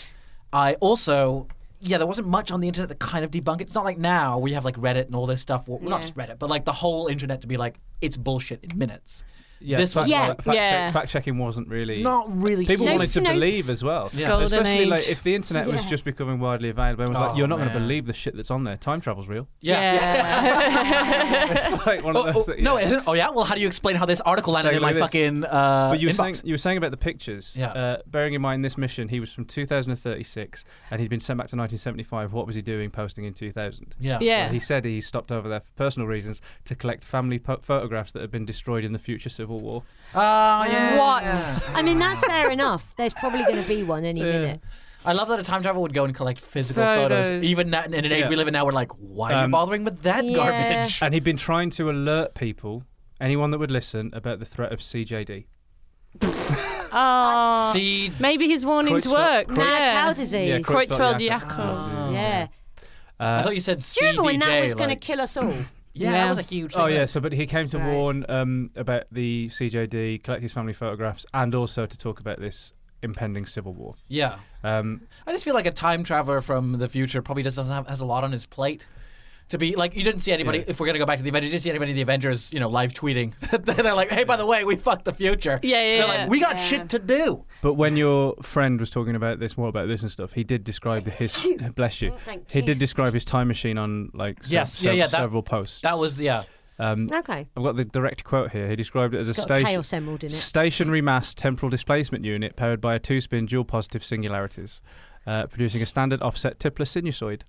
Speaker 1: I also. Yeah, there wasn't much on the internet to kind of debunk it. It's not like now we have like Reddit and all this stuff. Well, not
Speaker 4: Yeah.
Speaker 1: just Reddit, but like the whole internet to be like it's bullshit in minutes.
Speaker 3: Yeah,
Speaker 1: This was
Speaker 3: fact,
Speaker 2: Yeah.
Speaker 3: like, fact,
Speaker 4: Yeah.
Speaker 3: Check, fact checking wasn't really
Speaker 1: not really.
Speaker 3: People
Speaker 1: huge.
Speaker 2: No
Speaker 3: wanted to
Speaker 2: Snopes.
Speaker 3: believe as well,
Speaker 1: Yeah.
Speaker 4: Golden
Speaker 3: especially like
Speaker 4: age.
Speaker 3: if the internet was
Speaker 2: Yeah.
Speaker 3: just becoming widely available. Everyone was
Speaker 1: Oh,
Speaker 3: like, "You're not going to
Speaker 1: man.
Speaker 3: believe the shit that's on there. Time travel's real."
Speaker 1: yeah.
Speaker 3: [laughs] it's like one of
Speaker 1: Oh,
Speaker 3: [laughs] those.
Speaker 1: oh,
Speaker 3: that,
Speaker 1: no,
Speaker 3: yeah.
Speaker 1: it isn't. Oh yeah. Well, how do you explain how this article landed
Speaker 3: Take a
Speaker 1: in
Speaker 3: look
Speaker 1: my
Speaker 3: at this.
Speaker 1: fucking uh,
Speaker 3: But you were, saying,
Speaker 1: inbox?
Speaker 3: you were saying about the pictures.
Speaker 1: Yeah.
Speaker 3: Uh, bearing in mind this mission, he was from 2036 and he'd been sent back to 1975. What was he doing posting in 2000?
Speaker 1: yeah.
Speaker 4: Yeah.
Speaker 3: He said he stopped over there for personal reasons to collect family po- photographs that had been destroyed in the future civil war.
Speaker 1: Oh yeah.
Speaker 4: What?
Speaker 2: I mean, that's fair enough. There's probably going to be one any minute.
Speaker 1: I love that a time travel would go and collect physical photos.
Speaker 4: Photos.
Speaker 1: Even that, in an age
Speaker 3: Yeah.
Speaker 1: we live in now, we're like, why are you
Speaker 3: Um,
Speaker 1: bothering with that
Speaker 2: Yeah.
Speaker 1: garbage?
Speaker 3: And he'd been trying to alert people, anyone that would listen, about the threat of CJD.
Speaker 4: Oh,
Speaker 1: See,
Speaker 4: maybe his warnings
Speaker 3: Creutzfeldt-
Speaker 4: worked.
Speaker 3: Creu-
Speaker 2: Mad
Speaker 4: yeah.
Speaker 2: cow disease.
Speaker 3: Yeah, Oh, Creu-
Speaker 4: Creutzfeldt
Speaker 3: Creutzfeldt-Jakob.
Speaker 4: Jakob.
Speaker 2: yeah.
Speaker 3: uh,
Speaker 1: I thought you said CDJ.
Speaker 2: Do you remember when that was
Speaker 1: like,
Speaker 2: going to kill us all?
Speaker 1: Yeah,
Speaker 4: Yeah.
Speaker 1: that was a huge.
Speaker 3: Oh
Speaker 1: thing.
Speaker 3: yeah, so but he came to
Speaker 2: Right.
Speaker 3: warn um, about the CJD, collect his family photographs, and also to talk about this impending civil war.
Speaker 1: yeah.
Speaker 3: Um,
Speaker 1: I just feel like a time traveler from the future probably just doesn't have has a lot on his plate. To be like, you didn't see anybody.
Speaker 3: Yeah.
Speaker 1: If we're gonna go back to the Avengers, you didn't see anybody in the Avengers, you know, live tweeting. [laughs] They're like, hey, by the way, we fucked the future.
Speaker 4: Yeah, yeah,
Speaker 1: They're
Speaker 4: yeah.
Speaker 1: like, we got
Speaker 4: Yeah.
Speaker 1: shit to do.
Speaker 3: But when your friend was talking about this, more about this and stuff, he did describe his. [laughs] bless you.
Speaker 2: Oh, Thank
Speaker 3: He
Speaker 2: you.
Speaker 3: did describe his time machine on like se-
Speaker 1: Yes,
Speaker 3: se-
Speaker 1: yeah, yeah, that-
Speaker 3: several posts.
Speaker 1: That was yeah.
Speaker 3: Um,
Speaker 2: [laughs] Okay.
Speaker 3: I've got the direct quote here. He described it as a
Speaker 2: Got
Speaker 3: station.
Speaker 2: chaos emerald in it.
Speaker 3: Stationary mass temporal displacement unit powered by a two spin dual positive singularities, uh, producing a standard offset tipler sinusoid.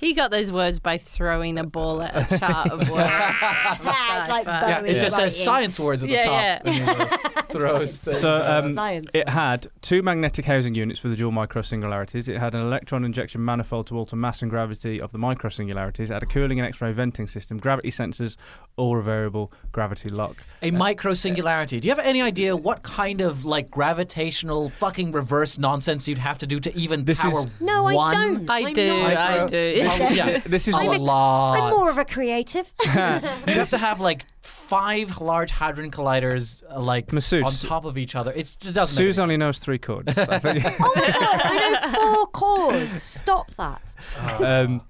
Speaker 4: He got those words by throwing a ball at a
Speaker 2: [laughs]
Speaker 4: chart of words.
Speaker 2: it's like
Speaker 4: Yeah,
Speaker 1: Yeah,
Speaker 2: Bowie
Speaker 1: it just says
Speaker 2: writing.
Speaker 1: science words at the
Speaker 4: Yeah,
Speaker 1: [laughs] top. Yeah.
Speaker 4: [laughs]
Speaker 1: throws things.
Speaker 3: So um,
Speaker 2: uh, Science.
Speaker 3: it had two magnetic housing units for the dual microsingularities. It had an electron injection manifold to alter mass and gravity of the microsingularities. It had a cooling and X-ray venting system, gravity sensors, or a variable gravity lock.
Speaker 1: a micro singularity. Do you have any idea what kind of like gravitational fucking reverse nonsense you'd have to do to even
Speaker 3: This
Speaker 1: power
Speaker 3: is-
Speaker 2: No, I
Speaker 1: one?
Speaker 2: don't.
Speaker 4: I
Speaker 2: I'm
Speaker 4: do,
Speaker 2: not.
Speaker 4: I [laughs] do.
Speaker 1: Oh, yeah,
Speaker 3: [laughs] This is
Speaker 1: a
Speaker 3: what-
Speaker 1: lot.
Speaker 2: I'm more of
Speaker 3: [laughs]
Speaker 2: a creative.
Speaker 1: You'd have to have like five large hadron colliders uh, like
Speaker 3: Masood,
Speaker 1: on
Speaker 3: Su-
Speaker 1: top of each other. It's, it doesn't. make
Speaker 3: Suze
Speaker 1: any
Speaker 3: only knows three chords. I think.
Speaker 2: [laughs] I know four chords. Stop that.
Speaker 3: um,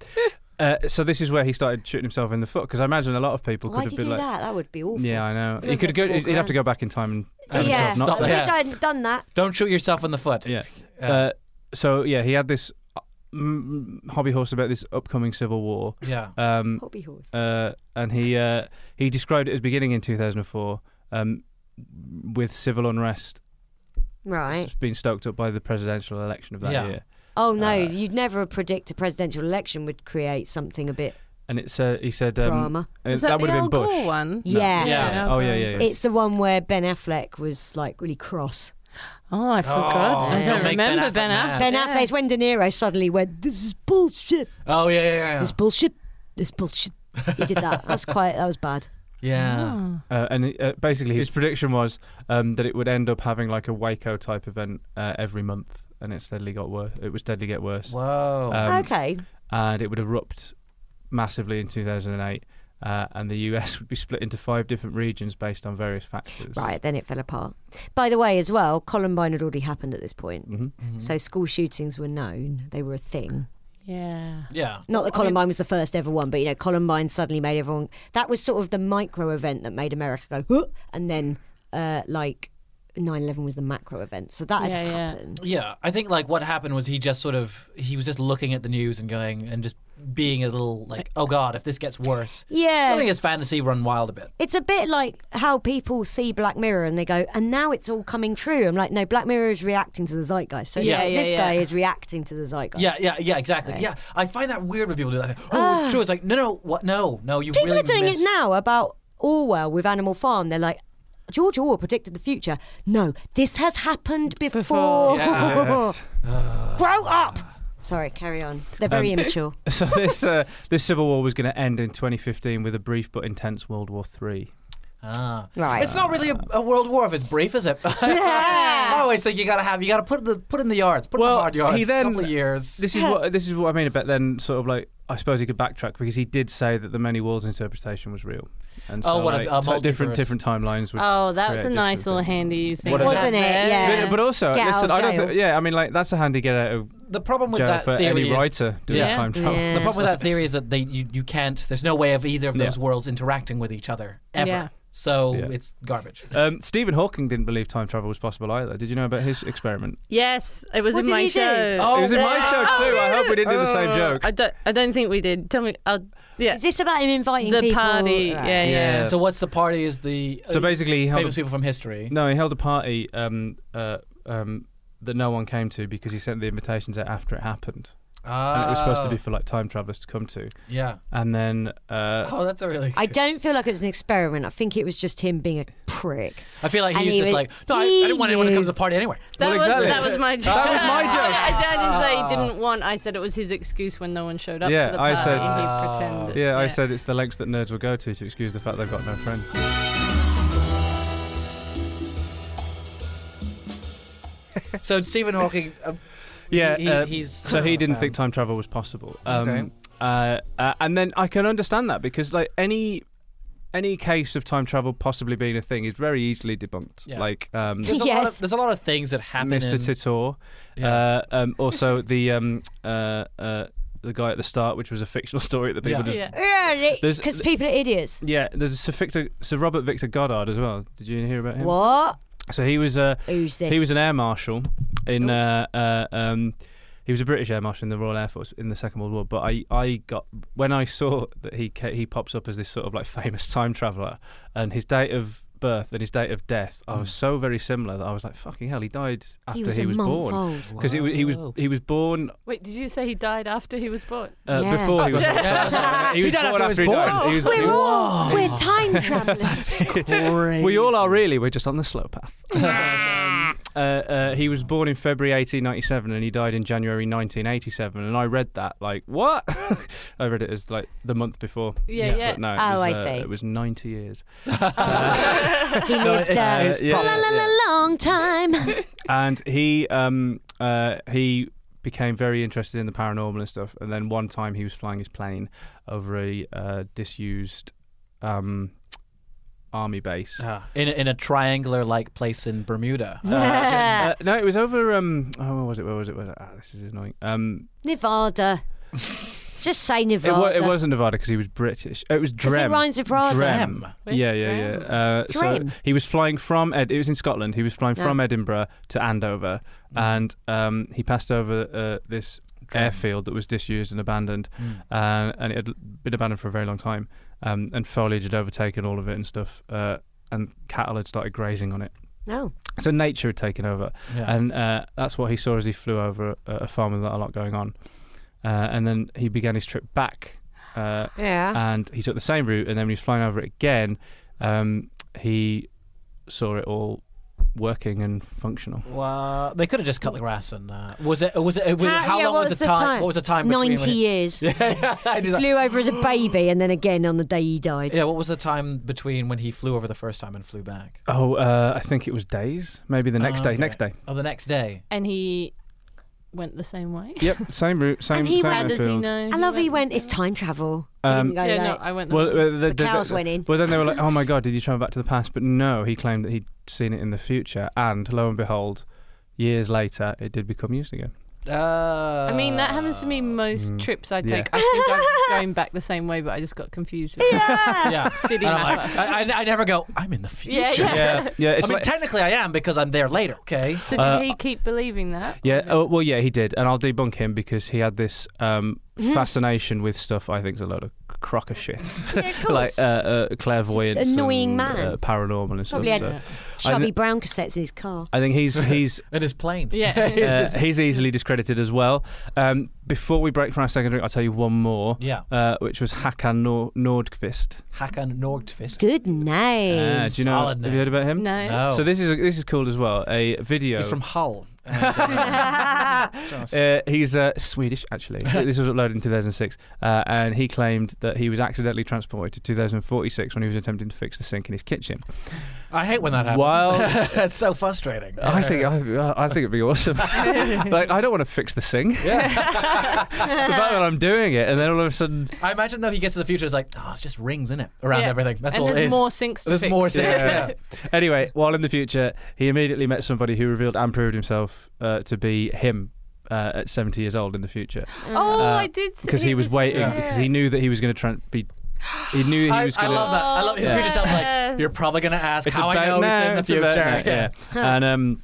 Speaker 3: uh, so this is where he started shooting himself in the foot because I imagine a lot of people
Speaker 2: Why
Speaker 3: could
Speaker 2: did
Speaker 3: have
Speaker 2: you
Speaker 3: been
Speaker 2: do
Speaker 3: like,
Speaker 2: that? That would be awful.
Speaker 3: "Yeah, I know." He
Speaker 2: Look,
Speaker 3: could
Speaker 2: let's
Speaker 3: go.
Speaker 2: walk
Speaker 3: He'd have to
Speaker 2: around.
Speaker 3: go back in time and tell
Speaker 2: Yeah,
Speaker 3: himself not
Speaker 1: Stop
Speaker 3: to.
Speaker 2: I wish
Speaker 1: Yeah.
Speaker 2: I hadn't done that.
Speaker 1: sense. Don't shoot yourself in the foot.
Speaker 3: Yeah.
Speaker 1: Yeah.
Speaker 3: Uh, so yeah, he had this uh, mm, hobby horse about this upcoming civil war,
Speaker 1: Yeah.
Speaker 3: um,
Speaker 2: Hobby horse.
Speaker 3: uh, and he uh, he described it as beginning in 2004 um, with civil unrest
Speaker 2: Right.
Speaker 3: s- being stoked up by the presidential election of that
Speaker 1: Yeah.
Speaker 3: year.
Speaker 2: Oh no,
Speaker 3: Uh,
Speaker 2: you'd never predict a presidential election would create something a bit
Speaker 3: And it said he said um,
Speaker 2: drama.
Speaker 3: uh,
Speaker 4: Is that,
Speaker 3: would
Speaker 4: the
Speaker 3: have
Speaker 4: Al
Speaker 3: been
Speaker 4: Gore
Speaker 3: Bush.
Speaker 4: one?
Speaker 2: Yeah.
Speaker 1: Yeah.
Speaker 3: Oh yeah, yeah. yeah.
Speaker 2: It's the one where Ben Affleck was like really cross.
Speaker 4: Oh, I forgot. I
Speaker 2: don't
Speaker 4: don't
Speaker 1: make Ben
Speaker 4: remember
Speaker 1: Affleck
Speaker 4: Ben Affleck.
Speaker 1: mad.
Speaker 2: Ben
Speaker 4: Yeah.
Speaker 2: Affleck's when De Niro suddenly went, "This is bullshit.
Speaker 1: oh yeah, yeah, yeah.
Speaker 2: This bullshit. This bullshit." He did that. That's quite. That was bad.
Speaker 1: Yeah.
Speaker 4: Oh.
Speaker 3: Uh, and it, uh, basically, his prediction was um, that it would end up having like a Waco type event uh, every month, and it steadily got worse. It would steadily get worse,
Speaker 2: Oh.
Speaker 1: Whoa.
Speaker 3: Um,
Speaker 2: okay.
Speaker 3: and it would erupt massively in 2008. Uh, and the US [laughs] would be split into five different regions based on various factors.
Speaker 2: Right. Then it fell apart. By the way, as well, Columbine had already happened at this point,
Speaker 3: hmm
Speaker 2: so school shootings were known. They were a thing.
Speaker 4: Yeah.
Speaker 1: yeah.
Speaker 2: Not that Columbine was the first ever one, but you know, Columbine suddenly made everyone. That was sort of the micro event that made America go, huh! and then uh, like 9 11 was the macro event. So that had
Speaker 4: Yeah, yeah.
Speaker 2: happened.
Speaker 1: Yeah, I think like what happened was he just sort of he was just looking at the news and going and just being a little like, oh god, if this gets worse. I
Speaker 2: Yeah.
Speaker 1: think his fantasy run wild a bit.
Speaker 2: It's a bit like how people see Black Mirror and they go, and now it's all coming true. I'm like, no, Black Mirror is reacting to the zeitgeist. So it's
Speaker 4: Yeah,
Speaker 2: like,
Speaker 4: yeah,
Speaker 2: this
Speaker 4: yeah.
Speaker 2: guy is reacting to the zeitgeist.
Speaker 1: Yeah, yeah, yeah, exactly. Yeah, I find that weird when people do that. Like, oh, it's true. It's like, no, no, what? No, no, you've
Speaker 2: Ah. People
Speaker 1: really
Speaker 2: are doing
Speaker 1: missed.
Speaker 2: it now about Orwell with Animal Farm. They're like, George Orwell predicted the future. No, this has happened
Speaker 1: [laughs]
Speaker 2: before.
Speaker 3: Yes.
Speaker 2: [laughs] Grow up. Sorry, carry on. They're very
Speaker 1: Um,
Speaker 2: immature.
Speaker 3: [laughs] so this uh, this civil war was going to end in 2015 with a brief but intense World War Three.
Speaker 1: Ah.
Speaker 2: Right.
Speaker 1: It's not really a, a world war if it's brief, is it? [laughs] I always think you gotta have you gotta put the put in the yards, put in
Speaker 3: Well,
Speaker 1: the hard yards.
Speaker 3: he then-
Speaker 1: couple of years.
Speaker 3: This is what this is what I mean about then sort of like I suppose he could backtrack because he did say that the many worlds interpretation was real. And so
Speaker 1: Oh, what a-
Speaker 3: like,
Speaker 1: a
Speaker 3: t- different
Speaker 1: multiverse.
Speaker 3: different timelines. Would
Speaker 4: Oh, that was a
Speaker 3: create
Speaker 4: nice
Speaker 3: different
Speaker 4: little
Speaker 3: things.
Speaker 4: handy you thing.
Speaker 3: What a-
Speaker 2: Wasn't it? Yeah.
Speaker 3: But, but also,
Speaker 2: Get out
Speaker 3: listen,
Speaker 2: of
Speaker 3: I don't.
Speaker 2: jail.
Speaker 3: Think, yeah, I mean, like that's a handy get out of
Speaker 1: the problem with
Speaker 3: jail
Speaker 1: that
Speaker 3: for
Speaker 1: theory
Speaker 3: any
Speaker 1: is-
Speaker 3: writer doing
Speaker 1: Yeah.
Speaker 3: time travel.
Speaker 4: Yeah.
Speaker 1: The problem with that theory is that they you, you can't. There's no way of either of those
Speaker 3: Yeah.
Speaker 1: worlds interacting with each other ever.
Speaker 4: Yeah.
Speaker 1: So
Speaker 3: Yeah.
Speaker 1: it's garbage.
Speaker 3: Um, Stephen Hawking didn't believe time travel was possible either. Did you know about his experiment?
Speaker 4: Yes, it was
Speaker 2: What
Speaker 4: in
Speaker 2: did
Speaker 4: my
Speaker 2: he do?
Speaker 4: show.
Speaker 1: Oh,
Speaker 3: it was in my
Speaker 1: wow.
Speaker 3: show too. I hope we didn't do the same
Speaker 1: Uh,
Speaker 4: Oh,
Speaker 3: joke.
Speaker 4: I don't. I don't think we did. Tell me. I'll, yeah.
Speaker 2: Is this about him inviting
Speaker 4: the
Speaker 2: people?
Speaker 4: party.
Speaker 2: Right.
Speaker 4: Yeah, yeah.
Speaker 3: Yeah.
Speaker 1: So what's the party? Is the uh,
Speaker 3: So basically, he held
Speaker 1: famous
Speaker 3: a,
Speaker 1: people from history?
Speaker 3: no, he held a party um, uh, um, that no one came to because he sent the invitations out after it happened, and it was supposed to be for like time travelers to come to.
Speaker 1: Oh. Ah. Yeah.
Speaker 3: And then, uh,
Speaker 1: Oh, that's a really.
Speaker 2: I don't feel like it was an experiment. I think it was just him being a prick.
Speaker 1: I feel like
Speaker 2: And
Speaker 1: he was
Speaker 2: he
Speaker 1: just
Speaker 2: was-
Speaker 1: like, no, I, I
Speaker 2: he
Speaker 1: didn't want anyone to come
Speaker 2: knew.
Speaker 1: to the party anyway.
Speaker 4: That
Speaker 3: Well,
Speaker 4: was
Speaker 3: exactly.
Speaker 4: that was my joke.
Speaker 3: That was my joke.
Speaker 4: [laughs]
Speaker 3: Ah.
Speaker 4: I, I didn't say he didn't want. I said it was his excuse when no one showed up
Speaker 3: Yeah,
Speaker 4: to the
Speaker 3: I
Speaker 4: party.
Speaker 3: said-
Speaker 4: and he pretended.
Speaker 3: yeah, I said it's the lengths that nerds will go to to excuse the fact they've got no friends.
Speaker 1: [laughs] So Stephen Hawking. Uh,
Speaker 3: Yeah,
Speaker 1: he-
Speaker 3: uh,
Speaker 1: he's
Speaker 3: so he didn't think time travel was possible. Um,
Speaker 1: Okay.
Speaker 3: uh, uh, and then I can understand that because like any any case of time travel possibly being a thing is very easily debunked.
Speaker 1: Yeah.
Speaker 3: Like um,
Speaker 1: There's a, lot of,
Speaker 2: Yes.
Speaker 1: there's a lot of things that happen.
Speaker 3: Mr.
Speaker 1: in-
Speaker 3: Titor, uh, um, also the um, uh, uh, the guy at the start, which was a fictional story that people
Speaker 1: Yeah.
Speaker 3: just.
Speaker 4: Yeah.
Speaker 3: There's-
Speaker 2: Because people are idiots.
Speaker 3: Yeah, there's Sir, Victor, Sir Robert Victor Goddard as well. Did you hear about him?
Speaker 2: What?
Speaker 3: So he was uh,
Speaker 2: Who's this? Oh.
Speaker 3: He was an air marshal in uh, uh, um, he was a British air marshal in the Royal Air Force in the Second World War. But I, I got [laughs] when I saw that he ca- he pops up as this sort of like famous time traveler, and his date of birth and his date of death are so very similar that I was like, "Fucking hell!" He died after he
Speaker 2: Mm.
Speaker 3: was,
Speaker 2: was a month
Speaker 3: born
Speaker 2: old.
Speaker 3: because he, wa- he was
Speaker 1: Whoa.
Speaker 3: he was born
Speaker 4: Wait, did you say he died after he was born?
Speaker 3: uh,
Speaker 2: Yeah.
Speaker 3: before he was. born.
Speaker 1: Yeah, that's right.
Speaker 3: He was
Speaker 1: He died
Speaker 3: born
Speaker 1: after he was
Speaker 3: after he
Speaker 1: born.
Speaker 3: died. He was- he
Speaker 2: We're
Speaker 3: was-
Speaker 2: all we're
Speaker 3: [laughs]
Speaker 2: time travelers.
Speaker 1: [laughs] Crazy.
Speaker 3: we all are really. We're just on the slow path. And, [laughs] um, uh, uh, he was born in February 1897 and he died in January 1987. And I read that like what? [laughs] I read it as like the month before.
Speaker 4: Yeah,
Speaker 3: But
Speaker 4: yeah.
Speaker 3: no, it was,
Speaker 2: Oh, I
Speaker 3: uh,
Speaker 2: see.
Speaker 3: It was 90 years. Uh,
Speaker 2: he lived a
Speaker 3: yeah.
Speaker 2: la, la, la,
Speaker 3: [laughs]
Speaker 2: long time.
Speaker 3: and he um uh he became very interested in the paranormal and stuff and then one time he was flying his plane over a uh, disused um army base
Speaker 1: in a, in a triangular like place in [gasps] Bermuda.
Speaker 3: uh, no it was over um oh where was it where was it, where was it? Ah, this is annoying um
Speaker 2: [laughs] Nevada. Just say
Speaker 3: it,
Speaker 2: Nevada.
Speaker 3: wa- it wasn't Nevada because he was British Oh, it was
Speaker 2: 'Cause
Speaker 3: Drem
Speaker 2: it rhymes with Prada.
Speaker 3: Drem.
Speaker 4: Where's
Speaker 3: yeah, yeah,
Speaker 4: Drem?
Speaker 3: yeah. Uh, so
Speaker 2: Drem.
Speaker 3: he was flying from Ed- it was in Scotland. He was flying from Edinburgh to Andover,
Speaker 2: Mm.
Speaker 3: and um, he passed over uh, this airfield that was disused and abandoned,
Speaker 2: Mm.
Speaker 3: uh, and it had been abandoned for a very long time. Um, and foliage had overtaken all of it and stuff, uh, and cattle had started grazing on it.
Speaker 2: No.
Speaker 3: So nature had taken over,
Speaker 1: Yeah.
Speaker 3: and uh, that's what he saw as he flew over a, a farm with a lot going on. Uh, and then he began his trip back. Uh,
Speaker 2: Yeah.
Speaker 3: and he took the same route. And then when he was flying over it again, um, he saw it all working and functional.
Speaker 1: Well, Uh, they could have just cut the grass and uh, was it was it how, how
Speaker 2: yeah,
Speaker 1: long
Speaker 2: what
Speaker 1: was the time? What was the time? between when [laughs]
Speaker 2: Ninety
Speaker 1: it-
Speaker 3: [laughs]
Speaker 2: years.
Speaker 1: I
Speaker 2: He
Speaker 1: did that.
Speaker 2: flew over as a baby and then again on the day he died.
Speaker 1: yeah, what was the time between when he flew over the first time and flew back?
Speaker 3: Oh, uh, I think it was days, maybe the next
Speaker 1: Oh,
Speaker 3: day.
Speaker 1: okay.
Speaker 3: Next day.
Speaker 1: Oh, the next day.
Speaker 4: And he went the same way.
Speaker 3: Yep, same route, same.
Speaker 2: And he
Speaker 3: same
Speaker 4: How
Speaker 2: went-
Speaker 4: does he
Speaker 3: airfield.
Speaker 4: know?
Speaker 2: I love he went.
Speaker 4: the
Speaker 2: It's
Speaker 4: same
Speaker 2: time travel.
Speaker 3: Um,
Speaker 2: he didn't go
Speaker 4: way? Yeah, no,
Speaker 2: like-
Speaker 4: I went.
Speaker 3: Well,
Speaker 4: the-
Speaker 3: uh, the, the-
Speaker 2: cows
Speaker 3: the-
Speaker 2: went in.
Speaker 3: Well, then they were like, "Oh my god, did you travel back to the past?" But no, he claimed that he'd seen it in the future, and lo and behold, years later, it did become used again.
Speaker 2: Oh,
Speaker 1: Uh,
Speaker 4: I mean, that happens to me most
Speaker 3: Mm.
Speaker 4: trips I take. I think
Speaker 3: [laughs]
Speaker 4: I'm going back the same way, but I just got confused. With
Speaker 1: Yeah,
Speaker 4: [laughs] City
Speaker 1: And I'm
Speaker 4: mapper.
Speaker 1: like, I, I, I never go. I'm in the future.
Speaker 4: Yeah, yeah. [laughs]
Speaker 3: Yeah, yeah.
Speaker 1: I
Speaker 3: It's
Speaker 1: mean,
Speaker 3: like,
Speaker 1: technically, I am because I'm there later. Okay. Uh,
Speaker 4: So did he keep believing that?
Speaker 3: Uh, Yeah. Oh, well, yeah, he did, and I'll debunk him because he had this um,
Speaker 2: Mm-hmm.
Speaker 3: fascination with stuff I think's a load of crock of shit,
Speaker 2: Yeah,
Speaker 3: [laughs]
Speaker 2: of
Speaker 3: like
Speaker 2: course.
Speaker 3: uh, uh, clairvoyance,
Speaker 2: Annoying
Speaker 3: and,
Speaker 2: man.
Speaker 3: uh, paranormal, and
Speaker 2: Probably
Speaker 3: stuff.
Speaker 2: had
Speaker 3: so.
Speaker 2: Chubby
Speaker 3: kn-
Speaker 2: brown cassettes in his car.
Speaker 3: I think
Speaker 2: [laughs]
Speaker 3: he's he's
Speaker 1: It is plain.
Speaker 4: Yeah.
Speaker 1: [laughs]
Speaker 3: uh, he's easily discredited as well. Um, before we break for our second drink, I'll tell you one more.
Speaker 1: Yeah.
Speaker 3: Uh, which was Hakan Nor- Nordqvist.
Speaker 1: Hakan Nordqvist.
Speaker 2: Good name.
Speaker 3: Uh, do you know?
Speaker 1: solid
Speaker 3: Have you
Speaker 1: name.
Speaker 3: heard about him?
Speaker 4: No.
Speaker 1: No.
Speaker 3: So this is this is cool as well. A video.
Speaker 1: He's
Speaker 3: [laughs]
Speaker 1: from Hull. And,
Speaker 4: [laughs]
Speaker 1: uh, just-
Speaker 3: Uh, he's uh, Swedish,
Speaker 1: [laughs]
Speaker 3: actually. this was uploaded in 2006, uh, and he claimed that he was accidentally transported to 2046 when he was attempting to fix the sink in his kitchen.
Speaker 1: I hate when that happens.
Speaker 3: While-
Speaker 1: [laughs] it's so frustrating.
Speaker 3: I think I, I think it'd be awesome. like I don't want to fix the sink. [laughs] the fact that I'm doing it, and then all of a sudden,
Speaker 1: [laughs] I imagine though he gets to the future, it's like, oh, it's just rings in it around
Speaker 4: Yeah.
Speaker 1: everything. That's
Speaker 4: and
Speaker 1: all
Speaker 4: there's
Speaker 1: it is.
Speaker 4: more sinks to
Speaker 1: There's
Speaker 4: fix.
Speaker 1: more sinks, yeah.
Speaker 3: uh, anyway, while in the future, he immediately met somebody who revealed and proved himself uh, to be him. Uh, at 70 years old in the future,
Speaker 4: Oh, I did. see-
Speaker 3: Uh, because he was waiting,
Speaker 1: Yeah.
Speaker 3: because he knew that he was going to try and be. He knew
Speaker 1: [gasps]
Speaker 3: he
Speaker 1: I,
Speaker 3: was
Speaker 1: I
Speaker 3: going to.
Speaker 1: love that. I love his
Speaker 4: Yeah.
Speaker 1: future sounds
Speaker 4: Yeah.
Speaker 1: like you're probably gonna ask how I know it's
Speaker 3: now,
Speaker 1: in the
Speaker 3: it's
Speaker 1: future.
Speaker 3: about
Speaker 1: [laughs]
Speaker 3: now, yeah. and um,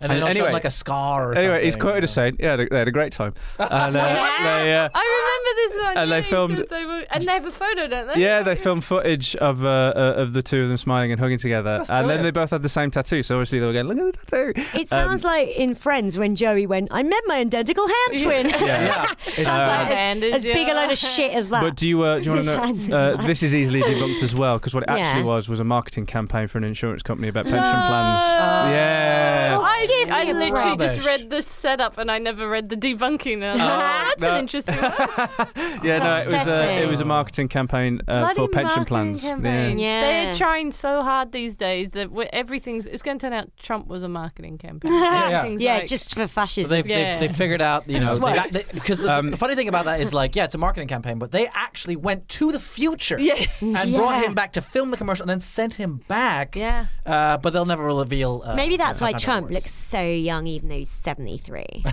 Speaker 1: And then
Speaker 3: And
Speaker 1: I'll show him
Speaker 3: anyway-
Speaker 1: like a scar or something.
Speaker 3: anyway, he's quoted as saying, "Yeah, they they had a great
Speaker 1: [laughs]
Speaker 3: time," and uh, they, uh,
Speaker 4: I remember this one.
Speaker 3: And they
Speaker 4: yeah, he
Speaker 3: filmed-
Speaker 4: feels so moved. and they have a photo, don't they?
Speaker 3: yeah, they filmed footage of uh, uh, of the two of them smiling and hugging together, and then
Speaker 1: brilliant.
Speaker 3: they both had the same tattoo. So obviously they were going, "Look at the tattoo."
Speaker 2: It
Speaker 1: Um,
Speaker 2: sounds like in Friends when Joey went, I met my identical hand
Speaker 3: [laughs]
Speaker 2: twin. [laughs]
Speaker 3: Yeah.
Speaker 1: Uh,
Speaker 2: sounds like as,
Speaker 4: Abandoned
Speaker 2: as big a
Speaker 4: your-
Speaker 2: load of shit as that.
Speaker 3: But do you, uh, do you want
Speaker 2: This hand
Speaker 3: to
Speaker 2: is
Speaker 3: know? Uh,
Speaker 2: mine.
Speaker 3: this is easily debunked as well because what it
Speaker 2: Yeah.
Speaker 3: actually was was a marketing campaign for an insurance company about pension plans. Yeah.
Speaker 4: Uh, I,
Speaker 2: Oh, give
Speaker 4: I
Speaker 2: me a
Speaker 4: literally
Speaker 1: Rubbish.
Speaker 4: just read the setup and I never read the debunking. And I was like, [laughs] That's
Speaker 3: Oh, no. Uh,
Speaker 4: an interesting one.
Speaker 3: yeah, no, it was a, it
Speaker 2: upsetting.
Speaker 3: was a marketing campaign uh,
Speaker 4: Bloody
Speaker 3: for pension
Speaker 4: marketing
Speaker 3: plans.
Speaker 4: campaign.
Speaker 2: Yeah.
Speaker 4: They're trying so hard these days that we everything's. It's going to turn out Trump was a
Speaker 2: [laughs]
Speaker 4: marketing campaign. Everything's
Speaker 2: yeah,
Speaker 4: like-
Speaker 2: just for
Speaker 1: So
Speaker 2: fascism.
Speaker 1: they've,
Speaker 4: Yeah.
Speaker 1: they've, they've figured out, you know,
Speaker 2: It's worked.
Speaker 1: because the,
Speaker 3: Um,
Speaker 1: the funny thing about that is like, yeah, it's a marketing campaign, but they actually went to the future
Speaker 4: Yeah.
Speaker 1: and brought
Speaker 2: Yeah.
Speaker 1: him back to film the commercial and then sent him back.
Speaker 4: Yeah.
Speaker 1: Uh, but they'll never reveal. Uh,
Speaker 2: Maybe that's
Speaker 1: how
Speaker 2: why
Speaker 1: that
Speaker 2: Trump
Speaker 1: works.
Speaker 2: looks so young, even though
Speaker 1: [laughs]
Speaker 2: he's 73.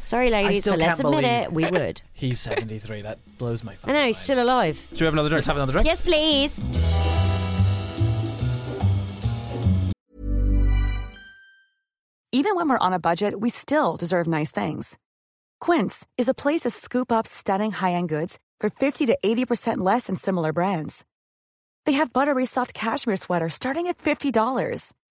Speaker 2: Sorry, ladies,
Speaker 1: still
Speaker 2: but let's
Speaker 1: can't
Speaker 2: admit
Speaker 1: believe-
Speaker 2: it,
Speaker 1: [laughs]
Speaker 2: we would.
Speaker 1: He's 73. That blows my
Speaker 2: I
Speaker 1: fucking
Speaker 2: know, he's still alive.
Speaker 3: Should we have another drink?
Speaker 1: Let's have another drink.
Speaker 2: Yes, please.
Speaker 5: Even when we're on a budget, we still deserve nice things. Quince is a place to scoop up stunning high end goods for 50 to 80% less than similar brands. They have buttery soft cashmere sweaters starting at $50,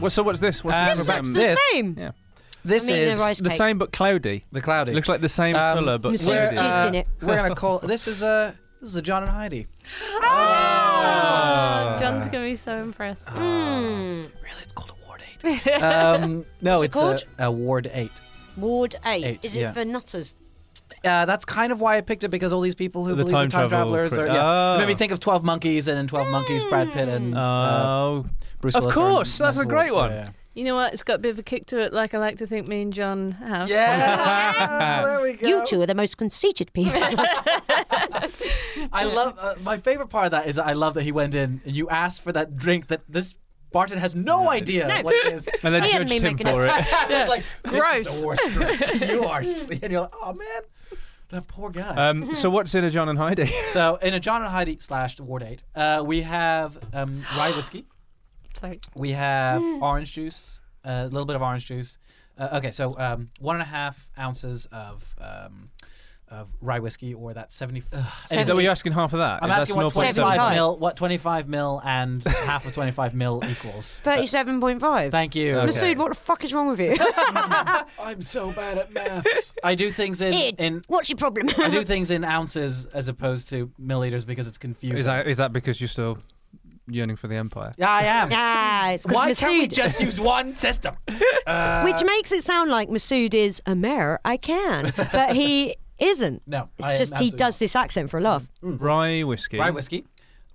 Speaker 3: Well, so what's this? What's
Speaker 1: Um,
Speaker 3: this?
Speaker 1: back to
Speaker 3: Um,
Speaker 1: this.
Speaker 2: Same.
Speaker 3: Yeah.
Speaker 1: This
Speaker 2: I mean,
Speaker 1: is
Speaker 2: the rice
Speaker 3: The
Speaker 2: cake.
Speaker 3: same but cloudy.
Speaker 1: the cloudy.
Speaker 3: Looks like the same
Speaker 1: Um,
Speaker 3: colour but
Speaker 2: Mr. Cheese
Speaker 3: cloudy.
Speaker 1: We're, uh,
Speaker 2: in it.
Speaker 1: we're
Speaker 2: [laughs]
Speaker 1: gonna call this is a this is a John and Heidi.
Speaker 4: Oh, John's gonna be so impressed.
Speaker 1: Really, it's called a ward eight. um, no, it's a,
Speaker 2: called?
Speaker 1: a ward eight.
Speaker 2: Ward 8.
Speaker 1: Eight,
Speaker 2: Is it
Speaker 1: yeah.
Speaker 2: for nutters?
Speaker 1: Uh, that's kind of why I picked it because all these people who
Speaker 3: The
Speaker 1: believe in
Speaker 3: time
Speaker 1: time
Speaker 3: travel
Speaker 1: travelers are.
Speaker 3: crit-
Speaker 1: Yeah,
Speaker 3: Oh.
Speaker 1: It made me think of Twelve Monkeys, and in Twelve Monkeys, Brad Pitt and
Speaker 3: Oh,
Speaker 1: uh, Bruce
Speaker 3: of
Speaker 1: Willis are in
Speaker 3: course, that's a
Speaker 1: Mental
Speaker 3: great
Speaker 1: Ward.
Speaker 3: one.
Speaker 1: Yeah,
Speaker 4: You know what? It's got a bit of a kick to it, like I like to think me and John
Speaker 3: [laughs]
Speaker 4: have.
Speaker 1: Yeah, there we go.
Speaker 2: You two are the most conceited people.
Speaker 3: [laughs]
Speaker 2: [laughs]
Speaker 1: I love uh, my favorite part of that is that I love that he went in. and You asked for that drink that this bartender has no idea what it
Speaker 3: [laughs]
Speaker 1: is. [laughs]
Speaker 3: and then
Speaker 2: Me and
Speaker 3: judged
Speaker 2: me
Speaker 3: him
Speaker 2: making a-
Speaker 3: for
Speaker 4: [laughs]
Speaker 3: it.
Speaker 1: It's like gross. the worst
Speaker 3: [laughs]
Speaker 1: drink. you are, s- and you're like, oh man, that poor guy.
Speaker 3: Um, so what's in a John and Heidi? [laughs]
Speaker 1: so in a John and Heidi slash Ward Eight, uh, we have um, rye whiskey.
Speaker 4: Sorry.
Speaker 1: We have orange juice, a little bit of orange juice. Uh, okay, so um, one and a half ounces of um, of rye whiskey, or that seventy. ugh,
Speaker 3: Is that what you're asking half of that?
Speaker 1: I'm
Speaker 3: That's
Speaker 1: asking what
Speaker 3: 0.75.
Speaker 1: 25 mil, what 25 mil and half of 25
Speaker 3: [laughs]
Speaker 1: mil equals.
Speaker 2: 37.5.
Speaker 1: Thank you.
Speaker 2: Masood, what the fuck is wrong with you?
Speaker 1: I'm so bad at maths. [laughs] I do things in,
Speaker 2: Ed,
Speaker 1: in
Speaker 2: [laughs] what's your problem?
Speaker 1: I do things in ounces as opposed to milliliters because it's confusing.
Speaker 3: Is that is that because you're still yearning for the empire?
Speaker 1: yeah, I am.
Speaker 2: Ah, it's 'cause
Speaker 1: Why can't we
Speaker 2: Masood-
Speaker 1: just use one system?
Speaker 2: Which makes it sound like Masood is a mayor. I can, but
Speaker 1: [laughs]
Speaker 2: he isn't.
Speaker 1: No,
Speaker 2: it's
Speaker 1: I am
Speaker 2: just he
Speaker 1: absolutely
Speaker 2: does this accent for a laugh.
Speaker 3: Rye whiskey.
Speaker 1: Rye whiskey,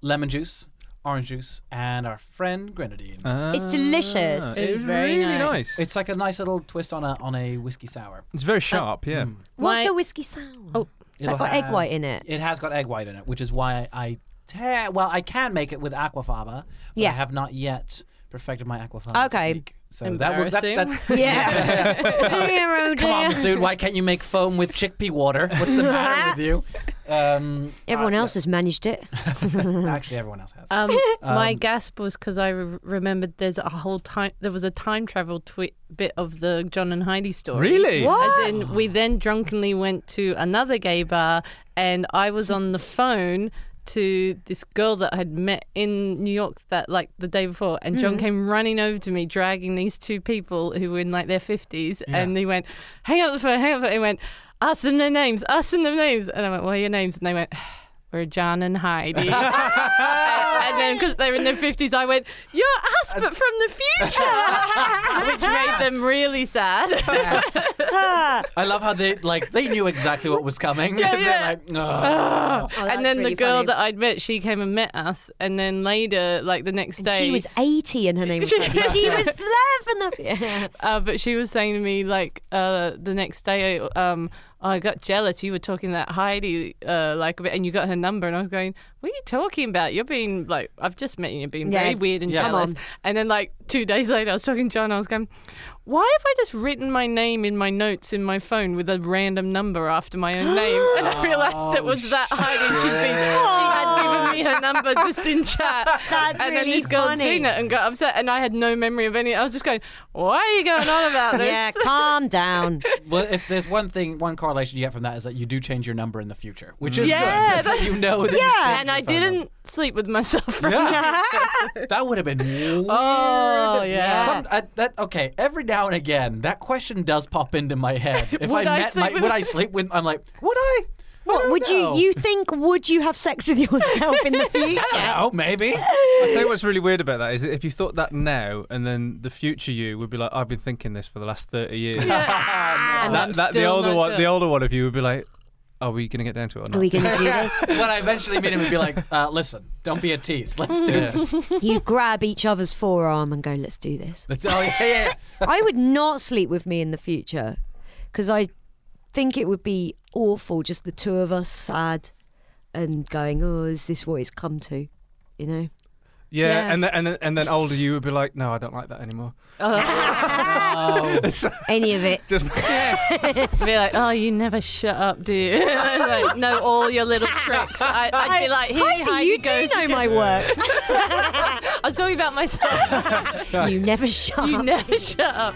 Speaker 1: lemon juice, orange juice, and our friend grenadine.
Speaker 3: Ah,
Speaker 2: It's delicious.
Speaker 1: Ah.
Speaker 4: It
Speaker 3: It's
Speaker 4: is very
Speaker 3: really
Speaker 4: nice.
Speaker 3: nice.
Speaker 1: It's like a nice little twist on a on a whiskey sour.
Speaker 3: It's very sharp, yeah.
Speaker 1: Mm.
Speaker 2: What's
Speaker 4: My-
Speaker 2: a whiskey sound?
Speaker 4: Oh.
Speaker 2: it's like got egg
Speaker 1: have-
Speaker 2: white in it.
Speaker 1: It has got egg white in it, which is why I te- well I can make it with aquafaba, but
Speaker 2: Yeah.
Speaker 1: I have not yet perfected my aquafaba.
Speaker 2: Okay.
Speaker 1: technique. So that would that's,
Speaker 4: Embarrassing.
Speaker 1: that's
Speaker 2: [laughs] Yeah.
Speaker 1: [laughs]
Speaker 2: dear, oh
Speaker 1: Come on,
Speaker 2: dear.
Speaker 1: Masood, why can't you make foam with chickpea water? What's the matter with you?
Speaker 2: [laughs]
Speaker 1: Um,
Speaker 2: Everyone else has managed it.
Speaker 1: actually, everyone else has.
Speaker 4: Um, my gasp was because I re- remembered there's a whole time there was a time travel twi- bit of the John and Heidi story.
Speaker 3: Really?
Speaker 4: As in, we then drunkenly went to another gay bar, and I was on the phone to this girl that I had met in New York that like the day before, and John came running over to me, dragging these two people who were in like their fifties, and he went, "Hang up the phone, hang up." the phone." He went, "Ask them their names, ask them their names," and I went, "What are your names?" And they went. We're John and Heidi. and, and then, because they were in their 50s, I went, You're us, but from the future. [laughs] Which made them really sad.
Speaker 2: [laughs]
Speaker 1: I love how they like they knew exactly what was coming.
Speaker 4: yeah.
Speaker 1: [laughs] They're like, oh.
Speaker 2: Oh, that's
Speaker 4: and then
Speaker 2: really
Speaker 4: the girl
Speaker 2: funny.
Speaker 4: that I'd met, she came and met us, and then later, like the next day,
Speaker 2: she was 80 and
Speaker 1: [laughs]
Speaker 2: her name was She was laughing up. Yeah.
Speaker 4: [laughs] Uh, but she was saying to me, like uh, the next day, um, I got jealous. You were talking to that Heidi, uh, like, a bit, and you got her number, and I was going, "What are you talking about? You're being like, I've just met you. You're being
Speaker 2: Yeah.
Speaker 4: very weird and
Speaker 1: Yeah. Come
Speaker 4: jealous."
Speaker 2: on.
Speaker 4: And then, like two days later, I was talking to John. I was going, "Why have I just written my name in my notes in my phone with a random number after my own name?"
Speaker 2: [gasps]
Speaker 4: And I realised it was that Heidi. and She'd been, she had given me her number just in chat.
Speaker 2: Oh. [laughs] That's
Speaker 4: and
Speaker 2: really
Speaker 4: then this girl had
Speaker 2: funny.
Speaker 4: seen it [laughs] and got upset, and I had no memory of any. I was just going, "Why are you going on about
Speaker 2: [laughs] [laughs]
Speaker 4: this?"
Speaker 2: yeah,
Speaker 1: [laughs]
Speaker 2: calm down.
Speaker 1: Well, if there's one thing, one correlation you get from that is that you do change your number in the future, which is
Speaker 4: Mm. Yeah,
Speaker 1: good. Just so you know
Speaker 4: [laughs]
Speaker 1: that you
Speaker 2: Yeah.
Speaker 1: changed
Speaker 4: and
Speaker 1: your
Speaker 4: I
Speaker 1: phone number.
Speaker 4: didn't sleep with myself.
Speaker 1: [laughs]
Speaker 4: From
Speaker 1: Yeah. that would have been weird.
Speaker 4: Oh, yeah.
Speaker 1: Some, I, that okay. Every now and again, that question does pop into my head. If
Speaker 4: Would
Speaker 1: I
Speaker 4: I
Speaker 1: met
Speaker 4: sleep
Speaker 1: my,
Speaker 4: with-
Speaker 1: would I sleep with? I'm like, would I? I
Speaker 2: What
Speaker 1: don't
Speaker 2: would
Speaker 1: know. [laughs]
Speaker 2: you you think would you have sex with yourself in the future?
Speaker 1: Oh, maybe.
Speaker 3: I tell you what's really weird about that is if you thought that now, and then the future you would be like, I've been thinking this for the last thirty years.
Speaker 1: Um,
Speaker 4: and
Speaker 3: That,
Speaker 4: I'm
Speaker 3: that- the
Speaker 4: still
Speaker 3: older
Speaker 4: not
Speaker 3: one,
Speaker 4: sure.
Speaker 3: the older one of you would be like, Are we gonna get down to it or not?
Speaker 2: Are we going to
Speaker 1: [laughs]
Speaker 2: do this?
Speaker 1: when I eventually meet him, he'd be like, uh, "Listen, don't be a tease. Let's do this."
Speaker 2: You grab each other's forearm and go, let's do this.
Speaker 1: That's, oh yeah, yeah.
Speaker 2: I would not sleep with me in the future because I think it would be awful, just the two of us sad and going, oh, is this what it's come to? You know?
Speaker 3: yeah,
Speaker 4: Yeah.
Speaker 3: and then and then, and then older you would be like, No, I don't like that anymore.
Speaker 2: Any of [laughs] it.
Speaker 3: Just
Speaker 4: be like, oh, you never shut up, do you? [laughs] like, know all your little tricks. I, I'd be like,
Speaker 2: Heidi,
Speaker 4: here, Heidi
Speaker 2: you do
Speaker 4: goes
Speaker 2: know
Speaker 4: again.
Speaker 2: my work.
Speaker 4: I was talking about myself. [laughs]
Speaker 2: you never shut
Speaker 4: you
Speaker 2: up.
Speaker 4: never shut up.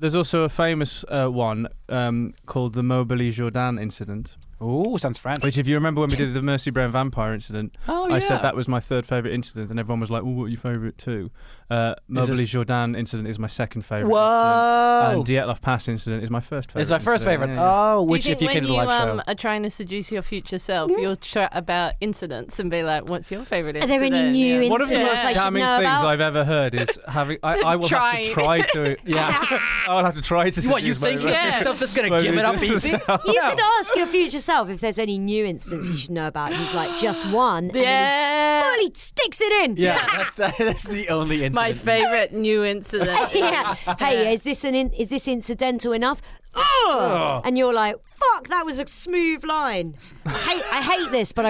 Speaker 3: There's also a famous uh, one um, called the Mobily Jourdain incident,
Speaker 1: Ooh, sounds French.
Speaker 3: which, if you remember when we did the Mercy Brown vampire incident,
Speaker 1: [laughs] Oh
Speaker 3: I said that was my third favourite incident, and everyone was like, well, what are your favourite two? Uh,
Speaker 1: Is
Speaker 3: Mobily
Speaker 1: this-
Speaker 3: Jourdain incident is my second favourite.
Speaker 1: Whoa!
Speaker 3: Incident, and Dietlov Pass incident is my first favourite.
Speaker 1: It's my first
Speaker 3: incident.
Speaker 1: favorite.
Speaker 3: Yeah, yeah.
Speaker 1: Oh,
Speaker 4: Do
Speaker 1: which
Speaker 4: you
Speaker 1: if you
Speaker 4: think when
Speaker 1: did a
Speaker 4: you
Speaker 1: live
Speaker 4: um,
Speaker 1: show.
Speaker 4: are trying to seduce your future self, you'll chat about incidents and be like, what's your favourite
Speaker 2: Are
Speaker 4: incident?
Speaker 2: there any new
Speaker 4: Yeah.
Speaker 3: One of the
Speaker 2: incidents
Speaker 3: most
Speaker 2: I should
Speaker 3: damning
Speaker 2: know
Speaker 3: things
Speaker 2: about?
Speaker 3: I've ever heard
Speaker 2: [laughs]
Speaker 3: is having. I, I will have to try
Speaker 4: Trying.
Speaker 3: to.
Speaker 1: yeah.
Speaker 3: I'll have to try to.
Speaker 1: what you
Speaker 3: seduce my
Speaker 1: think?
Speaker 3: re-
Speaker 4: Yeah.
Speaker 1: Yourself just gonna
Speaker 3: Well,
Speaker 1: give
Speaker 3: we
Speaker 1: it up
Speaker 3: did [laughs]
Speaker 1: easy?
Speaker 2: You could ask your future self if there's any new instance you should know about. He's like, just one. And then he
Speaker 4: Yeah.
Speaker 2: fully sticks it in.
Speaker 1: Yeah, that's the, that's the only incident.
Speaker 4: My favourite new incident.
Speaker 2: yeah.
Speaker 3: [laughs]
Speaker 2: Hey, is this an in, is this incidental enough? Ugh. And you're like, fuck, that was a smooth line. I hate, I hate this, but I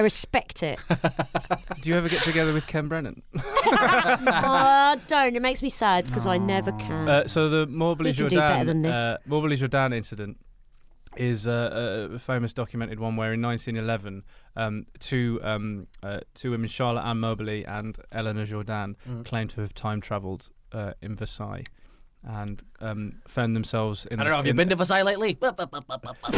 Speaker 3: [laughs]
Speaker 2: respect it.
Speaker 3: Do you ever get together with Ken Brennan?
Speaker 2: oh, don't. It makes me sad because I never can.
Speaker 3: Uh, so the Morbley
Speaker 2: You can do better than
Speaker 3: Jourdain,
Speaker 2: this.
Speaker 3: uh, Morbley Jourdain incident is uh, a, a famous documented one where in 1911 um, two um, uh, two women, Charlotte Anne Mobley and Eleanor Jourdain,
Speaker 1: Mm.
Speaker 3: claimed to have time travelled uh, in Versailles and um, found themselves in.
Speaker 1: I don't know. Have you
Speaker 3: in-
Speaker 1: been to Versailles lately? [laughs]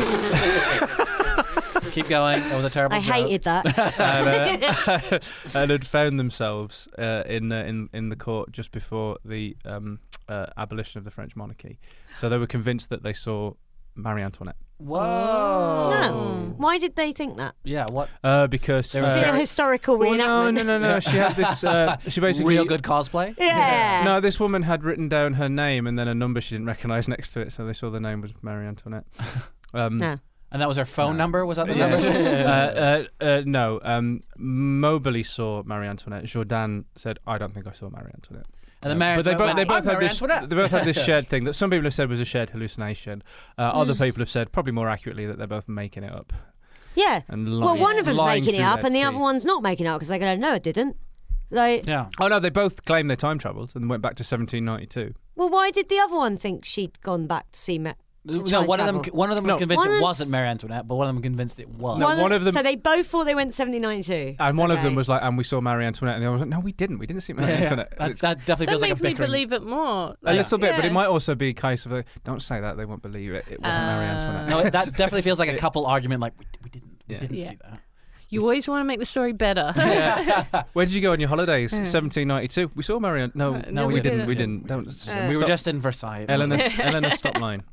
Speaker 1: Keep going. That was a terrible.
Speaker 2: I
Speaker 1: joke.
Speaker 3: [laughs]
Speaker 2: hated that.
Speaker 3: and, uh, [laughs] and had found themselves uh, in uh, in in the court just before the um, uh, abolition of the French monarchy. So they were convinced that they saw Marie Antoinette.
Speaker 1: Whoa.
Speaker 3: Oh.
Speaker 2: No. Why did they think that?
Speaker 1: Yeah. What?
Speaker 3: Uh, because
Speaker 1: There was
Speaker 3: uh,
Speaker 2: Is it a
Speaker 1: Very-
Speaker 2: historical
Speaker 3: Well,
Speaker 2: reenactment?
Speaker 3: no, no, no, no. She had
Speaker 1: [laughs]
Speaker 3: this. Uh, she basically
Speaker 1: Real good cosplay.
Speaker 2: [laughs] Yeah.
Speaker 3: No, this woman had written down her name and then a number she didn't recognise next to it, so they saw the name was
Speaker 1: [laughs]
Speaker 3: Marie Antoinette. Um,
Speaker 2: No.
Speaker 1: And that was her phone number. Was that the
Speaker 3: [laughs] yeah.
Speaker 1: number?
Speaker 3: uh, uh, uh, no. Um, Mobley saw Marie Antoinette. Jourdain said, "I don't think I saw Marie Antoinette." Uh,
Speaker 1: And the Mary.
Speaker 3: but they both, they
Speaker 1: I'm
Speaker 3: both had
Speaker 1: Marie
Speaker 3: this.
Speaker 1: Antoinette.
Speaker 3: They both had
Speaker 1: [laughs]
Speaker 3: this shared thing that some people have said was a shared hallucination. Uh, Other people have said, probably more accurately, that they're both making it up
Speaker 2: Yeah.
Speaker 3: and lying.
Speaker 2: Well, one of them's
Speaker 3: lying
Speaker 2: making it
Speaker 3: through
Speaker 2: up
Speaker 3: their
Speaker 2: and the
Speaker 3: teeth.
Speaker 2: other one's not making it up because they're going, no, it didn't. Like,
Speaker 1: Yeah.
Speaker 3: Oh no, they both claim they time travelled and went back to 1792.
Speaker 2: well, why did the other one think she'd gone back to see Met?
Speaker 1: No, one of them. One of them was
Speaker 3: No.
Speaker 1: convinced
Speaker 2: One of
Speaker 1: it
Speaker 2: them's-
Speaker 1: wasn't Mary Antoinette, but one of them convinced it was.
Speaker 3: No, one of them-
Speaker 2: So they both thought they went 1792.
Speaker 3: And one of them
Speaker 2: Okay.
Speaker 3: was like, and we saw Marie Antoinette, and the other was like, no, we didn't. We didn't see Marie
Speaker 1: Yeah,
Speaker 3: Antoinette.
Speaker 1: That,
Speaker 3: It's
Speaker 1: that definitely
Speaker 4: That
Speaker 1: feels like
Speaker 4: makes
Speaker 1: a
Speaker 4: me
Speaker 1: bickering.
Speaker 4: believe it more.
Speaker 3: a little bit, but it
Speaker 4: yeah.
Speaker 3: might also be a case of, like, don't say that, they won't believe it. It wasn't Marie
Speaker 4: Uh,
Speaker 3: Antoinette.
Speaker 1: No, it- that definitely feels like
Speaker 3: [laughs]
Speaker 1: a couple argument. Like we, we didn't, we
Speaker 3: Yeah.
Speaker 1: didn't
Speaker 4: Yeah.
Speaker 1: see that.
Speaker 4: You always want to make the
Speaker 3: [laughs]
Speaker 4: story better.
Speaker 3: Where did you go on your holidays? 1792. We saw Marie Antoinette. No,
Speaker 4: no,
Speaker 3: we,
Speaker 4: we
Speaker 3: didn't.
Speaker 4: didn't.
Speaker 3: We didn't. Don't. stop.
Speaker 1: we were just in Versailles.
Speaker 3: Eleanor, Eleanor, stop lying.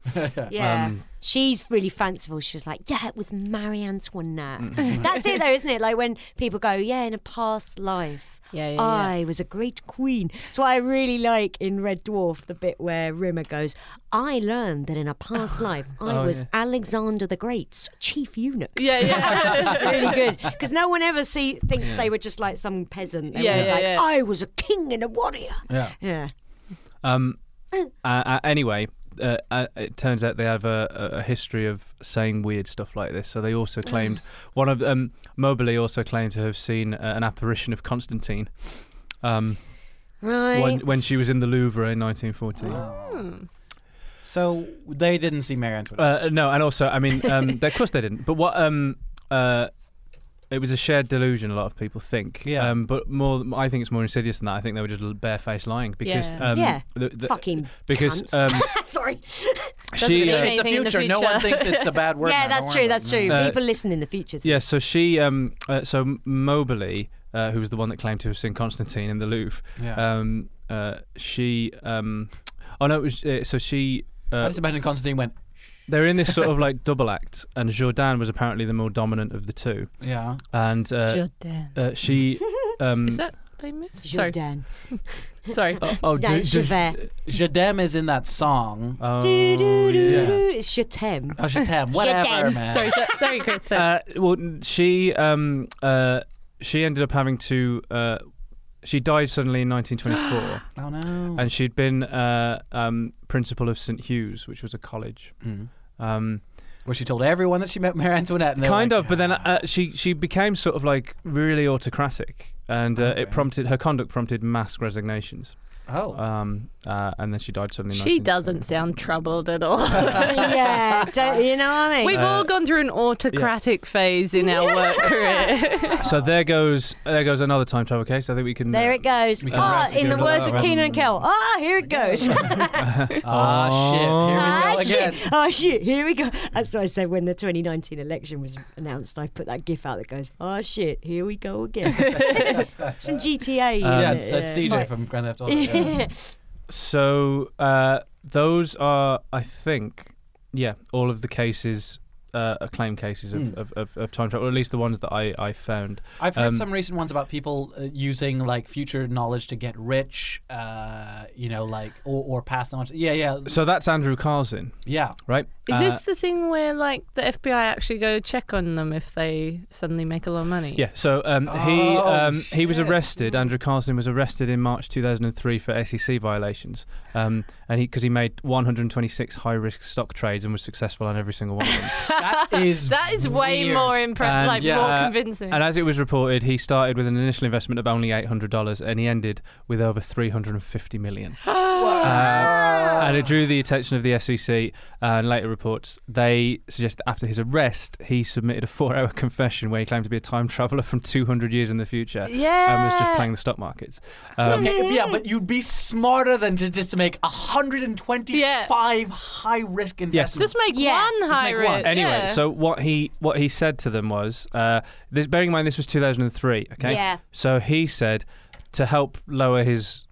Speaker 2: Yeah.
Speaker 3: Um,
Speaker 2: She's really fanciful. She's like, yeah, it was Marie Antoinette.
Speaker 3: Mm. Mm-hmm.
Speaker 2: That's it, though, isn't it? Like when people go, yeah, in a past life.
Speaker 4: [laughs] Yeah, yeah, yeah.
Speaker 2: I was a great queen. So I really like in Red Dwarf the bit where Rimmer goes, I learned that in a
Speaker 4: [sighs]
Speaker 2: past life I
Speaker 3: Oh,
Speaker 2: was
Speaker 3: yeah.
Speaker 2: Alexander the Great's chief eunuch.
Speaker 4: yeah, yeah.
Speaker 2: It's really good
Speaker 3: [laughs]
Speaker 2: because no one ever see thinks they were just like some peasant. They
Speaker 4: Yeah,
Speaker 2: was
Speaker 4: yeah,
Speaker 2: like,
Speaker 4: yeah.
Speaker 2: I was a king and a warrior.
Speaker 1: Yeah.
Speaker 2: Yeah.
Speaker 3: um, uh, uh, anyway, uh, uh, it turns out they have a, a a history of saying weird stuff like this. So they also claimed one of um, Mobley also claimed to have seen uh, an apparition of Constantine. Um,
Speaker 2: Right.
Speaker 3: when, when she was in the Louvre in 1914.
Speaker 1: Oh.
Speaker 2: Hmm.
Speaker 1: So they didn't see Mary Antoinette.
Speaker 3: Uh, no, and also, I mean, um, of course they didn't. But what? Um, uh, it was a shared delusion. A lot of people think.
Speaker 1: Yeah.
Speaker 3: Um, but more, I think it's more insidious than that. I think they were just l- barefaced lying because.
Speaker 4: Yeah.
Speaker 3: Um,
Speaker 2: Yeah.
Speaker 3: The, the,
Speaker 2: Fucking
Speaker 3: Because
Speaker 2: cunts.
Speaker 3: um,
Speaker 2: [laughs] Sorry.
Speaker 3: she.
Speaker 4: mean
Speaker 3: Uh,
Speaker 4: anything.
Speaker 1: it's the
Speaker 4: in
Speaker 1: future.
Speaker 4: the
Speaker 1: No
Speaker 4: future.
Speaker 1: one thinks it's a
Speaker 2: [laughs]
Speaker 1: bad word.
Speaker 2: yeah,
Speaker 1: now. Don't
Speaker 2: that's
Speaker 1: worry
Speaker 2: true.
Speaker 1: about
Speaker 2: That's
Speaker 1: it.
Speaker 2: true.
Speaker 3: Uh,
Speaker 2: People listen in the future.
Speaker 3: yeah. So she. Um. Uh, so Mobley, uh, who was the one that claimed to have seen Constantine in the Louvre.
Speaker 1: Yeah.
Speaker 3: Um. Uh. She. Um. Oh no. It was, uh, so she.
Speaker 1: I
Speaker 3: Uh,
Speaker 1: just imagine Constantine went. "Shh."
Speaker 3: they're in this sort of like double act, and Jourdain was apparently the more dominant of the two,
Speaker 1: Yeah.
Speaker 3: and [laughs]
Speaker 2: [laughs]
Speaker 3: uh,
Speaker 4: Jordan.
Speaker 3: uh, she. Um,
Speaker 4: Is that Les Mis? Sorry,
Speaker 2: Jordan.
Speaker 4: sorry.
Speaker 3: oh, oh,
Speaker 2: No,
Speaker 3: d-
Speaker 2: it's
Speaker 3: d-
Speaker 2: Javert.
Speaker 1: Jadem is in that song.
Speaker 3: oh,
Speaker 2: Do, do, do,
Speaker 3: yeah.
Speaker 2: do. It's Shatem.
Speaker 1: Oh, Jadem, whatever, man.
Speaker 4: sorry, so- sorry, Chris. So-
Speaker 3: Uh, well, n- she um uh she ended up having to uh she died suddenly in
Speaker 2: [gasps]
Speaker 3: 1924,
Speaker 1: Oh no.
Speaker 3: and she'd been uh um principal of St Hugh's, which was a college.
Speaker 1: Mm.
Speaker 3: Um,
Speaker 1: Where she told everyone that she met Marie Antoinette. And they're
Speaker 3: kind
Speaker 1: like,
Speaker 3: of, but then
Speaker 1: "Ah."
Speaker 3: uh, she she became sort of like really autocratic, and uh,
Speaker 1: Okay.
Speaker 3: it prompted her conduct prompted mass resignations.
Speaker 1: oh,
Speaker 3: Um, uh, and then she died suddenly. in
Speaker 4: [laughs] she
Speaker 3: 1924.
Speaker 4: doesn't sound troubled at
Speaker 3: [laughs]
Speaker 4: all.
Speaker 2: yeah, don't, you know what I mean?
Speaker 4: We've
Speaker 3: Uh,
Speaker 4: all gone through an autocratic phase in our
Speaker 3: [laughs]
Speaker 4: work career.
Speaker 3: So there goes there goes another time travel case. I think we can. uh,
Speaker 2: there it goes.
Speaker 3: We can
Speaker 2: Ah,
Speaker 3: rest
Speaker 2: in
Speaker 3: and
Speaker 2: the
Speaker 3: give it a
Speaker 2: words of
Speaker 3: rest.
Speaker 2: Keenan and Kel. Ah, here it goes.
Speaker 1: ah, shit. Here we go
Speaker 2: Ah,
Speaker 1: again.
Speaker 2: shit. Ah, shit. Here we go. That's what I said when the 2019 election was announced. I put that gif out that goes, ah, shit. Here we go again. [laughs] it's from GTA.
Speaker 3: Um,
Speaker 1: yeah,
Speaker 2: isn't
Speaker 1: it's
Speaker 2: it?
Speaker 1: uh, CJ
Speaker 2: Right.
Speaker 1: from Grand Theft Auto. yeah.
Speaker 2: [laughs]
Speaker 3: So uh, those are, I think, yeah, all of the cases, uh, are claim cases of,
Speaker 1: Hmm.
Speaker 3: of, of, of time travel, or at least the ones that I, I found.
Speaker 1: I've heard
Speaker 3: Um,
Speaker 1: some recent ones about people uh, using like future knowledge to get rich, uh, you know, like or, or past knowledge. Yeah, yeah,
Speaker 3: So that's Andrew Carlson,
Speaker 1: yeah.
Speaker 3: right?
Speaker 4: Is
Speaker 3: Uh,
Speaker 4: this the thing where like the FBI actually go check on them if they suddenly make a lot of money?
Speaker 3: Yeah. So um, he
Speaker 1: Oh,
Speaker 3: um, he was
Speaker 1: shit.
Speaker 3: arrested. Andrew Carlson was arrested in March 2003 for SEC violations, um, and he because he made 126 high risk stock trades and was successful on every single one of them.
Speaker 1: That is
Speaker 4: [laughs] That is way
Speaker 1: weird.
Speaker 4: more impre-
Speaker 3: And,
Speaker 4: like
Speaker 3: yeah,
Speaker 4: more
Speaker 3: uh,
Speaker 4: convincing.
Speaker 3: And as it was reported, he started with an initial investment of only $800, and he ended with over 350 million. Um, and it drew the attention of the SEC. uh, and later reports they suggest that after his arrest, he submitted a four-hour [laughs] confession where he claimed to be a time traveler from 200 years in the future. and was just
Speaker 4: Yeah.
Speaker 3: playing the stock markets. Um,
Speaker 1: Okay,
Speaker 4: Mm-hmm.
Speaker 1: yeah, but you'd be smarter than to just to make 125 high risk investments.
Speaker 4: just make
Speaker 2: Yeah.
Speaker 4: one
Speaker 1: Just
Speaker 4: high
Speaker 1: make
Speaker 4: risk.
Speaker 1: one.
Speaker 3: Anyway,
Speaker 4: yeah.
Speaker 3: so what he what he said to them was, uh, this, bearing in mind this was 2003. Okay.
Speaker 2: Yeah.
Speaker 3: So he said to help lower his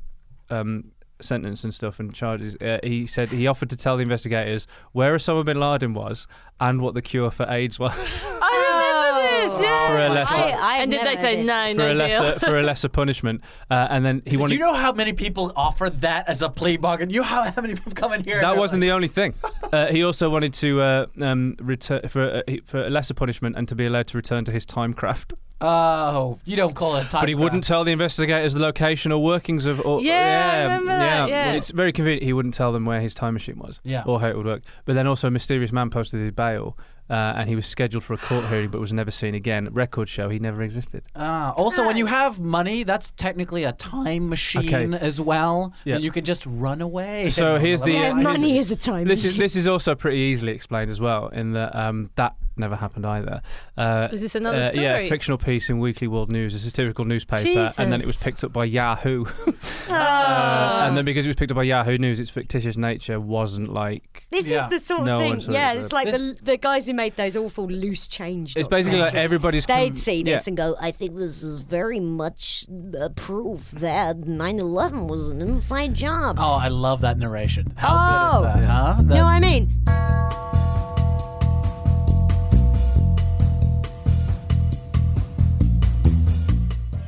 Speaker 3: um, sentence and stuff and charges. Uh, he said he offered to tell the investigators where Osama bin Laden was and what the cure for AIDS was
Speaker 4: I remember
Speaker 2: Oh.
Speaker 4: this. Yeah.
Speaker 3: for a lesser.
Speaker 2: I- I've
Speaker 4: and did
Speaker 2: never
Speaker 4: they say
Speaker 2: heard
Speaker 3: [laughs]
Speaker 4: no,
Speaker 3: for
Speaker 4: no
Speaker 3: a
Speaker 4: deal?
Speaker 3: lesser, for a lesser punishment, uh, and then he
Speaker 1: Do
Speaker 3: wanted.
Speaker 1: you know how many people offer that as a plea bargain? You know how [laughs] how many people come in here? and
Speaker 3: that
Speaker 1: they're
Speaker 3: wasn't
Speaker 1: like,
Speaker 3: the
Speaker 1: [laughs]
Speaker 3: only thing. Uh, he also wanted to uh, um, return for, uh, he- for a lesser punishment and to be allowed to return to his time craft.
Speaker 1: Oh, you don't call it time.
Speaker 3: But he wouldn't tell the investigators the location or workings of. Or,
Speaker 4: Yeah, I remember that, yeah.
Speaker 3: It's very convenient. He wouldn't tell them where his time machine was
Speaker 1: Yeah.
Speaker 3: or how it would work. But then also, a mysterious man posted his bail. Uh, and he was scheduled for a court hearing, but was never seen again. Record show he never existed.
Speaker 1: Ah, also, when you have money, that's technically a time machine
Speaker 3: Okay.
Speaker 1: as well.
Speaker 3: Yeah.
Speaker 1: And you can just run away.
Speaker 3: So here's the-
Speaker 2: Yeah,
Speaker 3: Yeah,
Speaker 2: money
Speaker 3: here's-
Speaker 2: is a time
Speaker 3: This is
Speaker 2: machine.
Speaker 3: this is also pretty easily explained as well, in that um, that never happened either. Uh,
Speaker 4: Is this another
Speaker 3: uh, Yeah,
Speaker 4: story?
Speaker 3: fictional piece in Weekly World News, a satirical newspaper, and then it was
Speaker 4: Jesus. Ah.
Speaker 3: picked up by Yahoo. [laughs] Uh, and then because it was picked up by Yahoo News, its fictitious nature wasn't like.
Speaker 2: This
Speaker 1: Yeah.
Speaker 2: is the sort of
Speaker 3: No
Speaker 2: thing.
Speaker 3: one's heard
Speaker 2: Yeah,
Speaker 3: of
Speaker 2: it's
Speaker 3: it.
Speaker 2: like the, the guys who made those awful loose change.
Speaker 3: It's basically like
Speaker 2: documentaries.
Speaker 3: everybody's.
Speaker 2: They'd
Speaker 3: com-
Speaker 2: see
Speaker 3: yeah.
Speaker 2: this and go, I think this is very much uh, proof that 9 11 was an inside job.
Speaker 1: Oh, I love that narration. How
Speaker 2: Oh.
Speaker 1: good is that? Huh?
Speaker 2: You
Speaker 1: That-
Speaker 2: know what I mean?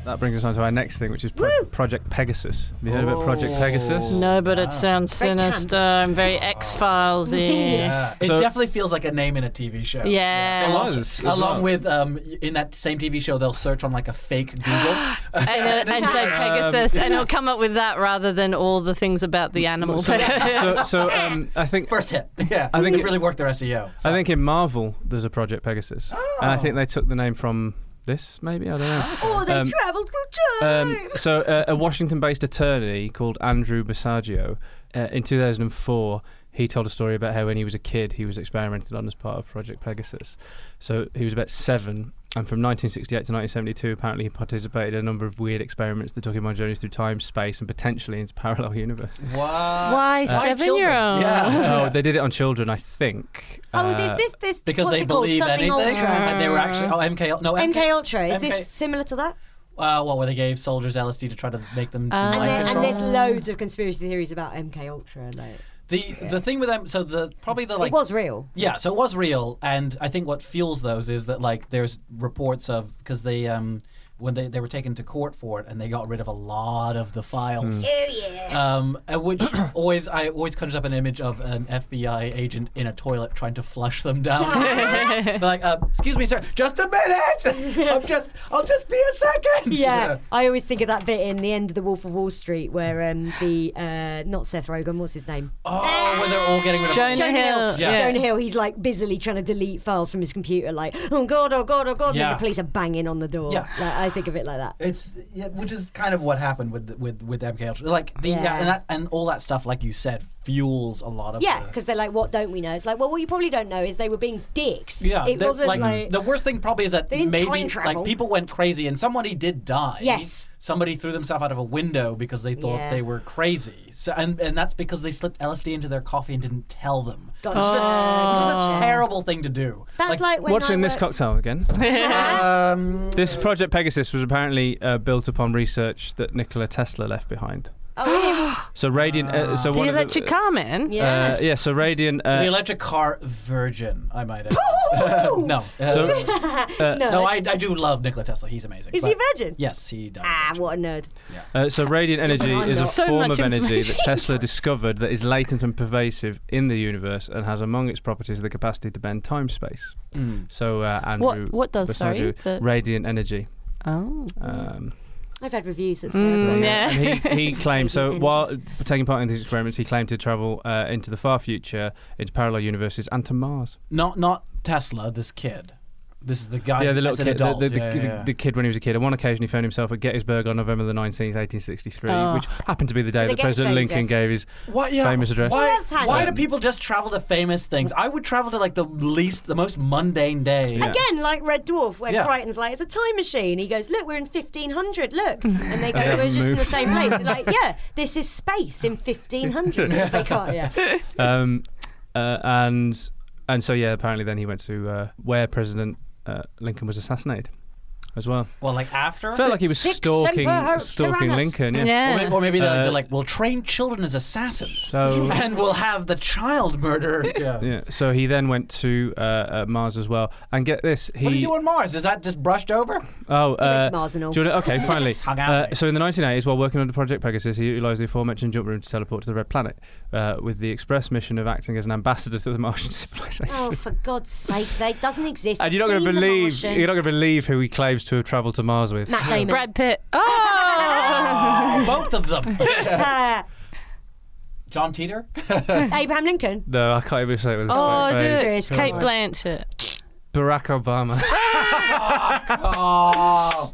Speaker 3: That brings us on to our next thing, which is pro- Project Pegasus. Have you heard about Project
Speaker 1: Oh.
Speaker 3: Pegasus?
Speaker 4: No, but
Speaker 3: Ah.
Speaker 4: it sounds
Speaker 2: Very camp.
Speaker 4: sinister and [laughs] very X Files
Speaker 1: Yeah. uh, It
Speaker 3: So-
Speaker 1: definitely feels like a name in a TV show.
Speaker 4: Yeah.
Speaker 1: Along,
Speaker 3: It does, as
Speaker 1: along
Speaker 3: well.
Speaker 1: with um, in that same TV show, they'll search on like a fake Google.
Speaker 4: [laughs] and, uh, and say Pegasus, and it'll come up with that rather than all the things about the animal.
Speaker 3: So,
Speaker 1: [laughs]
Speaker 3: so, so um, I think
Speaker 1: First hit. [laughs] Yeah.
Speaker 3: I
Speaker 1: I
Speaker 3: think
Speaker 1: think
Speaker 3: it-
Speaker 1: it really worked their E SEO.
Speaker 3: I think in Marvel there's a Project Pegasus, and
Speaker 1: Oh.
Speaker 3: I think they took the name from this. Maybe I don't know.
Speaker 2: Or they
Speaker 3: Um,
Speaker 2: travelled through time.
Speaker 3: Um, so, uh, a Washington-based attorney called Andrew Basaggio, uh, in 2004, he told a story about how when he was a kid, he was experimented on as part of Project Pegasus. So he was about seven, and from 1968 to 1972, apparently he participated in a number of weird experiments that took him on journeys through time, space, and potentially into [laughs] parallel universes.
Speaker 1: [laughs] Wow.
Speaker 4: [laughs] Why
Speaker 3: Uh,
Speaker 1: children? [laughs]
Speaker 4: seven-year-old?
Speaker 1: Yeah.
Speaker 3: oh, they did it on children, I think.
Speaker 2: oh,
Speaker 3: Uh,
Speaker 2: there's this, this,
Speaker 1: Because
Speaker 2: what's
Speaker 1: they
Speaker 2: it called?
Speaker 1: believe
Speaker 2: Something
Speaker 1: anything, [laughs]
Speaker 2: Ultra.
Speaker 1: and they were actually oh MK no MK,
Speaker 2: MK Ultra. Is
Speaker 1: MK
Speaker 2: this similar to that?
Speaker 1: uh, what were they gave soldiers LSD to try to make them do
Speaker 4: And
Speaker 1: mind
Speaker 2: Oh. And, there, and
Speaker 1: control?
Speaker 2: there's loads of conspiracy theories about MK Ultra. Like,
Speaker 1: The the thing with them, so the probably the like
Speaker 2: it was real.
Speaker 1: Yeah, so it was real, and I think what fuels those is that like there's reports of because they um when they, they were taken to court for it and they got rid of a lot of the files.
Speaker 2: Oh yeah.
Speaker 1: Um, and which [clears throat] always I always conjures up an image of an FBI agent in a toilet trying to flush them down.
Speaker 2: [laughs]
Speaker 1: [laughs] They're like, um, excuse me, sir, just a minute. I'm just, I'll just be a second.
Speaker 2: Yeah. I always think of that bit in the end of The Wolf of Wall Street where um, the uh, not Seth Rogen, what's his name?
Speaker 1: Oh, when they're all getting rid of
Speaker 4: Jonah
Speaker 2: Jonah Hill.
Speaker 4: Hill. Yeah.
Speaker 2: Jonah Hill. Hell, he's like busily trying to delete files from his computer, like, oh God, oh God, oh God. And
Speaker 1: Yeah.
Speaker 2: then the police are banging on the door.
Speaker 1: Yeah.
Speaker 2: Like, I think of it like that.
Speaker 1: It's yeah, which is kind of what happened with with with MK Ultra. Like the yeah.
Speaker 2: Yeah.
Speaker 1: and that and all that stuff, like you said, fuels a lot of
Speaker 2: Yeah,
Speaker 1: the-
Speaker 2: because they're like, what don't we know? It's like, well, what you probably don't know is they were being dicks.
Speaker 1: Yeah,
Speaker 2: It
Speaker 1: that-
Speaker 2: wasn't like.
Speaker 1: the worst thing probably is that
Speaker 2: They didn't time
Speaker 1: maybe like
Speaker 2: travel.
Speaker 1: people went crazy and somebody did die.
Speaker 2: Yes.
Speaker 1: somebody threw themselves out of a window because they thought
Speaker 2: Yeah.
Speaker 1: they were crazy. So and and that's because they slipped LSD into their coffee and didn't tell them.
Speaker 2: Gotcha.
Speaker 1: Which is a- which is a
Speaker 2: Gotcha.
Speaker 1: terrible thing to do.
Speaker 2: That's like, when
Speaker 3: What's
Speaker 2: I
Speaker 3: in this uh,
Speaker 2: worked-
Speaker 3: cocktail
Speaker 4: [laughs]
Speaker 3: again?
Speaker 1: um,
Speaker 3: This Project Pegasus was apparently uh, built upon research that Nikola Tesla left behind.
Speaker 2: Oh,
Speaker 3: [gasps] So radiant. Uh, so
Speaker 4: The
Speaker 3: one of
Speaker 4: electric
Speaker 3: the,
Speaker 4: car man.
Speaker 2: yeah. yeah.
Speaker 3: Uh, yeah. So radiant.
Speaker 1: the
Speaker 3: Uh,
Speaker 1: electric car virgin, I might add. [laughs]
Speaker 2: [laughs]
Speaker 1: no. uh,
Speaker 3: so
Speaker 1: no, I, I do love Nikola Tesla. He's amazing.
Speaker 2: Is
Speaker 1: but-
Speaker 2: he a virgin?
Speaker 1: Yes, he does.
Speaker 2: Ah, what a nerd.
Speaker 3: Uh, so radiant energy
Speaker 2: I'm
Speaker 3: is a
Speaker 2: not.
Speaker 4: Oh, So
Speaker 3: form of
Speaker 4: much
Speaker 3: energy that
Speaker 4: information.
Speaker 3: Tesla discovered that is latent and pervasive in the universe and has among its properties the capacity to bend time space. So uh, Andrew,
Speaker 4: What- what does,
Speaker 3: Bassandu,
Speaker 4: sorry, the-
Speaker 3: radiant energy.
Speaker 4: Oh.
Speaker 3: Um,
Speaker 2: I've had reviews that say
Speaker 4: Mm,
Speaker 2: that.
Speaker 4: yeah.
Speaker 3: and he,
Speaker 2: [laughs]
Speaker 3: he claimed so
Speaker 2: Radiant
Speaker 3: while taking part in these experiments, he claimed to travel uh, into the far future, into parallel universes, and to Mars.
Speaker 1: Not not Tesla. This kid. This is the guy.
Speaker 3: yeah, the
Speaker 1: as an
Speaker 3: little kid, the,
Speaker 1: adult.
Speaker 3: the, the,
Speaker 1: Yeah,
Speaker 3: the-
Speaker 1: yeah, yeah.
Speaker 3: the kid when he was a kid. On one occasion, he found himself at Gettysburg on November the nineteenth, eighteen sixty-three,
Speaker 4: Oh.
Speaker 3: which happened to be the day
Speaker 2: The
Speaker 3: that President
Speaker 2: Gettysburg
Speaker 3: Lincoln
Speaker 2: Address.
Speaker 3: gave his
Speaker 1: Why, yeah,
Speaker 3: famous address.
Speaker 1: Why,
Speaker 2: Yes, Hannah.
Speaker 1: why do people just travel to famous things? I would travel to like the least, the most mundane day.
Speaker 3: Yeah.
Speaker 2: Again, like Red Dwarf, where
Speaker 1: Yeah.
Speaker 2: Crichton's like, it's a time machine. He goes, look, we're in 1500, look. And they go,
Speaker 3: they
Speaker 2: we're
Speaker 3: haven't
Speaker 2: just in the
Speaker 3: moved.
Speaker 2: same place. They're like, yeah, this is space in
Speaker 1: [laughs]
Speaker 2: 1500. 'Cause they can't, yeah.
Speaker 3: um, uh, and and so yeah, apparently then he went to uh, where President uh, Lincoln was assassinated as well.
Speaker 1: Well, like after.
Speaker 3: Felt like he was
Speaker 2: Six
Speaker 3: stalking
Speaker 2: Emperor
Speaker 3: stalking
Speaker 2: Tyrannus.
Speaker 3: Lincoln. Yeah.
Speaker 1: Or
Speaker 4: Yeah.
Speaker 1: maybe, or maybe they're, like-
Speaker 3: Uh,
Speaker 1: they're like, we'll train children as assassins,
Speaker 3: So-
Speaker 1: [laughs] and we'll have the child murder.
Speaker 3: [laughs]
Speaker 1: Yeah.
Speaker 3: Yeah, so he then went to uh, uh, Mars as well, and get this, he
Speaker 1: What do you do on Mars? Is that just brushed
Speaker 3: [laughs]
Speaker 1: over?
Speaker 3: oh
Speaker 2: went
Speaker 3: uh,
Speaker 2: to Mars and all.
Speaker 3: do you wanna- okay,
Speaker 1: [laughs]
Speaker 3: finally.
Speaker 1: Hung out.
Speaker 3: Uh, so in the 1980s, while working on the Project Pegasus, he utilised the aforementioned jump room to teleport to the Red Planet, uh, with the express mission of acting as an ambassador to the Martian [laughs] civilization.
Speaker 2: Oh, for God's sake, they doesn't exist.
Speaker 3: and you're not
Speaker 2: I've
Speaker 3: going to
Speaker 2: seen The
Speaker 3: believe
Speaker 2: Martian.
Speaker 3: you're not going to believe who he claims to have travelled to Mars with.
Speaker 2: Matt Damon.
Speaker 4: Brad Pitt. Oh.
Speaker 1: Oh, both of
Speaker 3: [laughs]
Speaker 1: them.
Speaker 2: Uh,
Speaker 1: John Teeter.
Speaker 2: [laughs] Abraham Lincoln.
Speaker 3: [laughs] No, I can't even say it with a
Speaker 4: Oh, [laughs]
Speaker 3: straight
Speaker 4: do
Speaker 3: face.
Speaker 4: it. Kate Blanchett.
Speaker 3: Barack
Speaker 2: [laughs]
Speaker 3: Obama.
Speaker 1: Oh.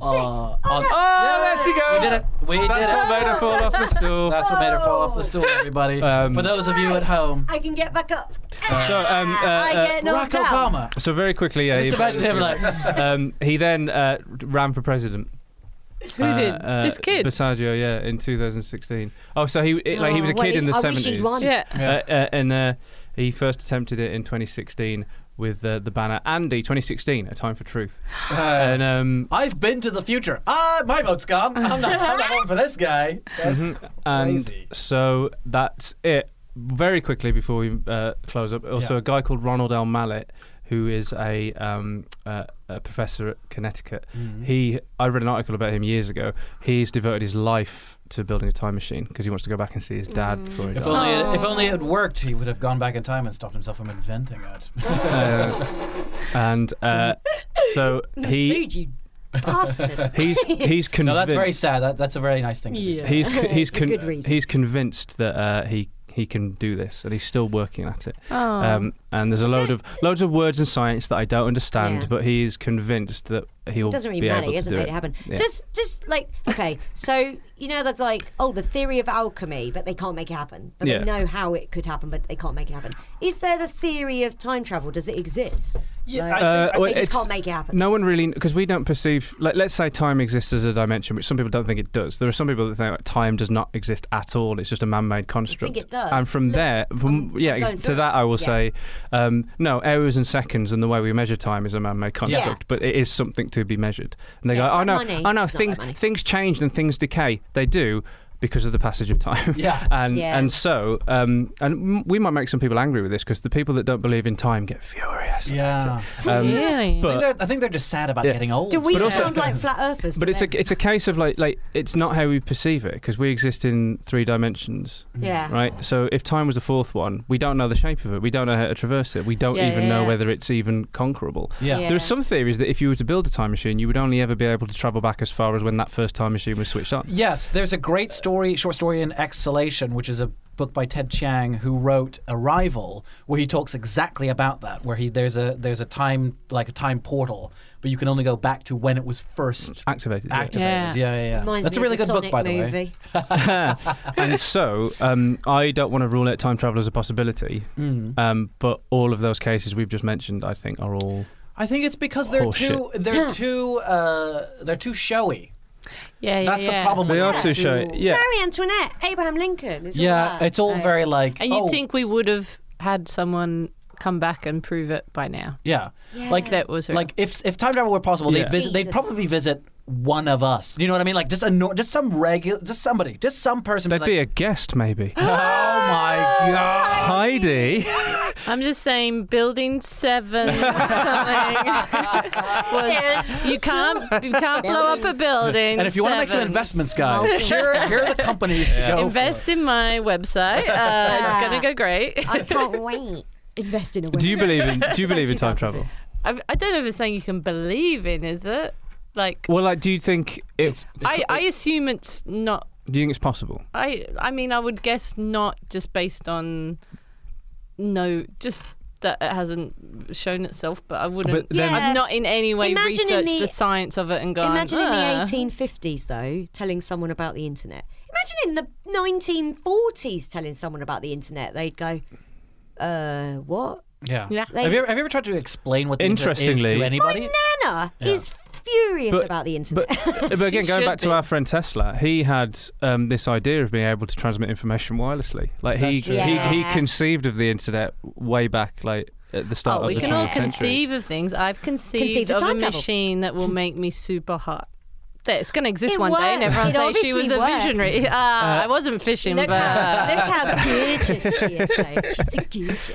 Speaker 1: Oh,
Speaker 3: oh, there she
Speaker 1: we
Speaker 3: goes.
Speaker 1: did it. We
Speaker 3: That's
Speaker 1: did it.
Speaker 3: what made her fall off the stool.
Speaker 1: That's what made her fall off the stool, everybody.
Speaker 3: Um,
Speaker 1: For those of you at home,
Speaker 2: I can get back up.
Speaker 3: so, um,
Speaker 2: Ah,
Speaker 3: uh,
Speaker 2: I
Speaker 3: uh,
Speaker 2: get
Speaker 1: Barack
Speaker 2: knocked out.
Speaker 1: Obama.
Speaker 3: so very quickly, yeah.
Speaker 1: Just
Speaker 3: he-
Speaker 1: imagine him like,
Speaker 3: um, he then uh, ran for president.
Speaker 4: Who
Speaker 3: Uh,
Speaker 4: did? This kid?
Speaker 3: Basaggio, yeah, in 2016. Oh, so he it, like he was a
Speaker 2: Oh, well,
Speaker 3: kid in the
Speaker 2: I
Speaker 3: 70s.
Speaker 2: wish he'd won.
Speaker 4: Yeah.
Speaker 3: Uh, uh, and uh, he first attempted it in 2016 with uh, the banner Andy 2016, A Time for Truth. and
Speaker 2: [gasps]
Speaker 3: um,
Speaker 1: [laughs] I've been to the future. Ah, my vote's gone. I'm not, I'm not voting for this guy. That's crazy.
Speaker 3: Mm-hmm. and so that's it. Very quickly before we uh, close up, also
Speaker 1: Yeah.
Speaker 3: a guy called Ronald L. Mallet, who is a, um, uh, a professor at Connecticut.
Speaker 2: Mm-hmm.
Speaker 3: He, I read an article about him years ago. He's devoted his life to building a time machine because he wants to go back and see his
Speaker 2: Mm.
Speaker 3: dad before he
Speaker 1: If
Speaker 3: dies.
Speaker 1: only, it, if only it had worked, he would have gone back in time and stopped himself from inventing it.
Speaker 3: [laughs] and uh,
Speaker 2: [laughs]
Speaker 3: so he
Speaker 2: Sued you, bastard.
Speaker 3: [laughs] he's he's convinced.
Speaker 1: no, that's very sad. That, that's a very nice thing to do.
Speaker 2: Yeah. [laughs]
Speaker 3: He's co- he's
Speaker 2: It's a
Speaker 3: con-
Speaker 2: good reason.
Speaker 3: he's convinced that uh, he he can do this, and he's still working at it.
Speaker 4: Aw.
Speaker 3: Um, and there's a load of loads of words in science that I don't understand,
Speaker 2: Yeah.
Speaker 3: but he is convinced that he'll
Speaker 2: [laughs] doesn't really
Speaker 3: be
Speaker 2: matter.
Speaker 3: able
Speaker 2: He
Speaker 3: to
Speaker 2: hasn't
Speaker 3: do
Speaker 2: made it,
Speaker 3: it.
Speaker 2: happen.
Speaker 3: Yeah.
Speaker 2: Just, just like okay. So you know, there's like oh, the theory of alchemy, but they can't make it happen. But
Speaker 3: Yeah.
Speaker 2: they know how it could happen, but they can't make it happen. Is there the theory of time travel? Does it exist?
Speaker 1: Yeah,
Speaker 2: Like,
Speaker 1: I think-
Speaker 3: Uh,
Speaker 1: I
Speaker 3: well,
Speaker 2: they just
Speaker 3: it's-
Speaker 2: can't make it happen.
Speaker 3: No one really, because we don't perceive. Like, let's say time exists as a dimension, which some people don't think it does. There are some people that think like, time does not exist at all. It's just a man-made construct.
Speaker 2: it does.
Speaker 3: And from
Speaker 2: Look,
Speaker 3: there, from,
Speaker 2: I'm-
Speaker 3: yeah,
Speaker 2: I'm going
Speaker 3: ex- to
Speaker 2: through
Speaker 3: that
Speaker 2: it.
Speaker 3: I will
Speaker 2: Yeah.
Speaker 3: say, um, no, hours and seconds and the way we measure time is a man-made construct, but it is something to be measured. And they
Speaker 2: Yeah,
Speaker 3: go,
Speaker 2: it's
Speaker 3: oh
Speaker 2: like
Speaker 3: no,
Speaker 2: money.
Speaker 3: oh no,
Speaker 2: It's not like
Speaker 3: things
Speaker 2: money."
Speaker 3: things change and things decay. They do. because of the passage of time.
Speaker 1: Yeah.
Speaker 3: [laughs] and
Speaker 2: Yeah.
Speaker 3: and so um, and m- we might make some people angry with this because the people that don't believe in time get furious.
Speaker 1: Yeah.
Speaker 3: Um,
Speaker 4: Really?
Speaker 1: I, think
Speaker 3: But-
Speaker 1: they're, I think they're just sad about
Speaker 3: Yeah.
Speaker 1: getting old.
Speaker 2: Do we
Speaker 3: But also-
Speaker 2: sound like flat earthers? to
Speaker 3: But it's
Speaker 2: them?
Speaker 3: a it's a case of like like it's not how we perceive it because we exist in three dimensions,
Speaker 1: Mm.
Speaker 2: yeah.
Speaker 3: right? So if time was the fourth one, we don't know the shape of it, we don't know how to traverse it, we don't
Speaker 4: Yeah,
Speaker 3: even
Speaker 4: yeah,
Speaker 3: know
Speaker 4: yeah.
Speaker 3: whether it's even conquerable.
Speaker 1: Yeah.
Speaker 4: Yeah.
Speaker 3: There are some theories that if you were to build a time machine, you would only ever be able to travel back as far as when that first time machine was switched on.
Speaker 1: Yes, there's a great story, short story in Exhalation, which is a book by Ted Chiang, who wrote Arrival, where he talks exactly about that. Where he there's a there's a time like a time portal, but you can only go back to when it was first
Speaker 3: Activated. yeah.
Speaker 1: activated. Yeah, yeah, yeah.
Speaker 2: Reminds
Speaker 1: That's a
Speaker 2: me
Speaker 1: really
Speaker 2: of the
Speaker 1: good
Speaker 2: Sonic
Speaker 1: book, by
Speaker 2: movie.
Speaker 1: the way.
Speaker 3: and so um, I don't want to rule out time travel as a possibility, um, but all of those cases we've just mentioned, I think, are all.
Speaker 1: I think it's because they're
Speaker 3: Oh, shit.
Speaker 1: too they're too uh, they're too showy.
Speaker 4: yeah, yeah.
Speaker 1: That's
Speaker 4: yeah.
Speaker 1: the problem.
Speaker 3: They
Speaker 1: with
Speaker 3: are
Speaker 1: that.
Speaker 3: too showy. Yeah.
Speaker 2: Marie Antoinette, Abraham Lincoln. It's
Speaker 1: Yeah,
Speaker 2: all that.
Speaker 1: it's all
Speaker 2: Like,
Speaker 1: very like.
Speaker 4: And you
Speaker 1: oh,
Speaker 4: think we would have had someone come back and prove it by now?
Speaker 1: Yeah.
Speaker 2: Yeah.
Speaker 1: Like
Speaker 4: That was her.
Speaker 1: Like if if time travel were possible,
Speaker 3: Yeah.
Speaker 1: they'd visit. They'd
Speaker 2: Jesus.
Speaker 1: probably visit one of us. You know what I mean? Like just a nor- just some regular, just somebody, just some person.
Speaker 3: There'd
Speaker 1: like,
Speaker 3: be a guest, maybe.
Speaker 1: [laughs] oh
Speaker 3: [laughs]
Speaker 1: my god.
Speaker 3: Heidi.
Speaker 4: I'm just saying,
Speaker 1: [laughs]
Speaker 4: building seven or something. was, You can't you can't blow up a building.
Speaker 1: And if you want to make some
Speaker 4: Seven.
Speaker 1: investments, guys, here, here are the companies to go
Speaker 4: invest
Speaker 1: for.
Speaker 4: in my website. Uh, it's gonna go great.
Speaker 2: [laughs]
Speaker 4: [laughs]
Speaker 2: I can't wait. Invest in a
Speaker 3: Do you
Speaker 2: website.
Speaker 3: believe in
Speaker 1: [laughs]
Speaker 3: Do you believe in time travel?
Speaker 4: I, I don't know if it's something you can believe in, is it? Like,
Speaker 3: Well, like, do you think it's?
Speaker 4: I, I assume it's not.
Speaker 3: do you think it's possible?
Speaker 4: I I mean, I would guess not, just based on no, just that it hasn't shown itself. But I wouldn't.
Speaker 3: But then-
Speaker 4: I've not in any way
Speaker 2: Imagine in
Speaker 4: researched the,
Speaker 2: the-
Speaker 4: science of it and gone.
Speaker 2: Imagine in
Speaker 4: "Ah."
Speaker 2: the 1850s, though, telling someone about the internet. Imagine in the 1940s telling someone about the internet. They'd go, uh, what?
Speaker 1: Yeah.
Speaker 4: Yeah.
Speaker 1: Have you ever, have you ever tried to explain what the internet is to
Speaker 3: Interestingly-
Speaker 1: anybody?
Speaker 2: Nana is furious about the internet.
Speaker 4: [laughs]
Speaker 3: But, but again, going
Speaker 4: should
Speaker 3: back
Speaker 4: be.
Speaker 3: to our friend Tesla, he had um, this idea of being able to transmit information wirelessly. Like he,
Speaker 1: That's true.
Speaker 3: he he
Speaker 2: Yeah.
Speaker 3: conceived of the internet way back, like at the start
Speaker 4: Oh,
Speaker 3: of
Speaker 4: we
Speaker 3: the
Speaker 4: can all
Speaker 3: 20th century.
Speaker 4: conceive of things. I've conceived,
Speaker 2: Conceived of
Speaker 4: of a
Speaker 2: time travel.
Speaker 4: machine that will make me super hot. That it's going to exist
Speaker 2: It
Speaker 4: one day, and
Speaker 2: worked.
Speaker 4: everyone
Speaker 2: It
Speaker 4: say she was
Speaker 2: obviously
Speaker 4: a
Speaker 2: worked.
Speaker 4: visionary. [laughs] Uh, I wasn't
Speaker 2: [laughs]
Speaker 4: fishing,
Speaker 2: Look
Speaker 4: but uh,
Speaker 2: how, look how gorgeous she is, though. She's so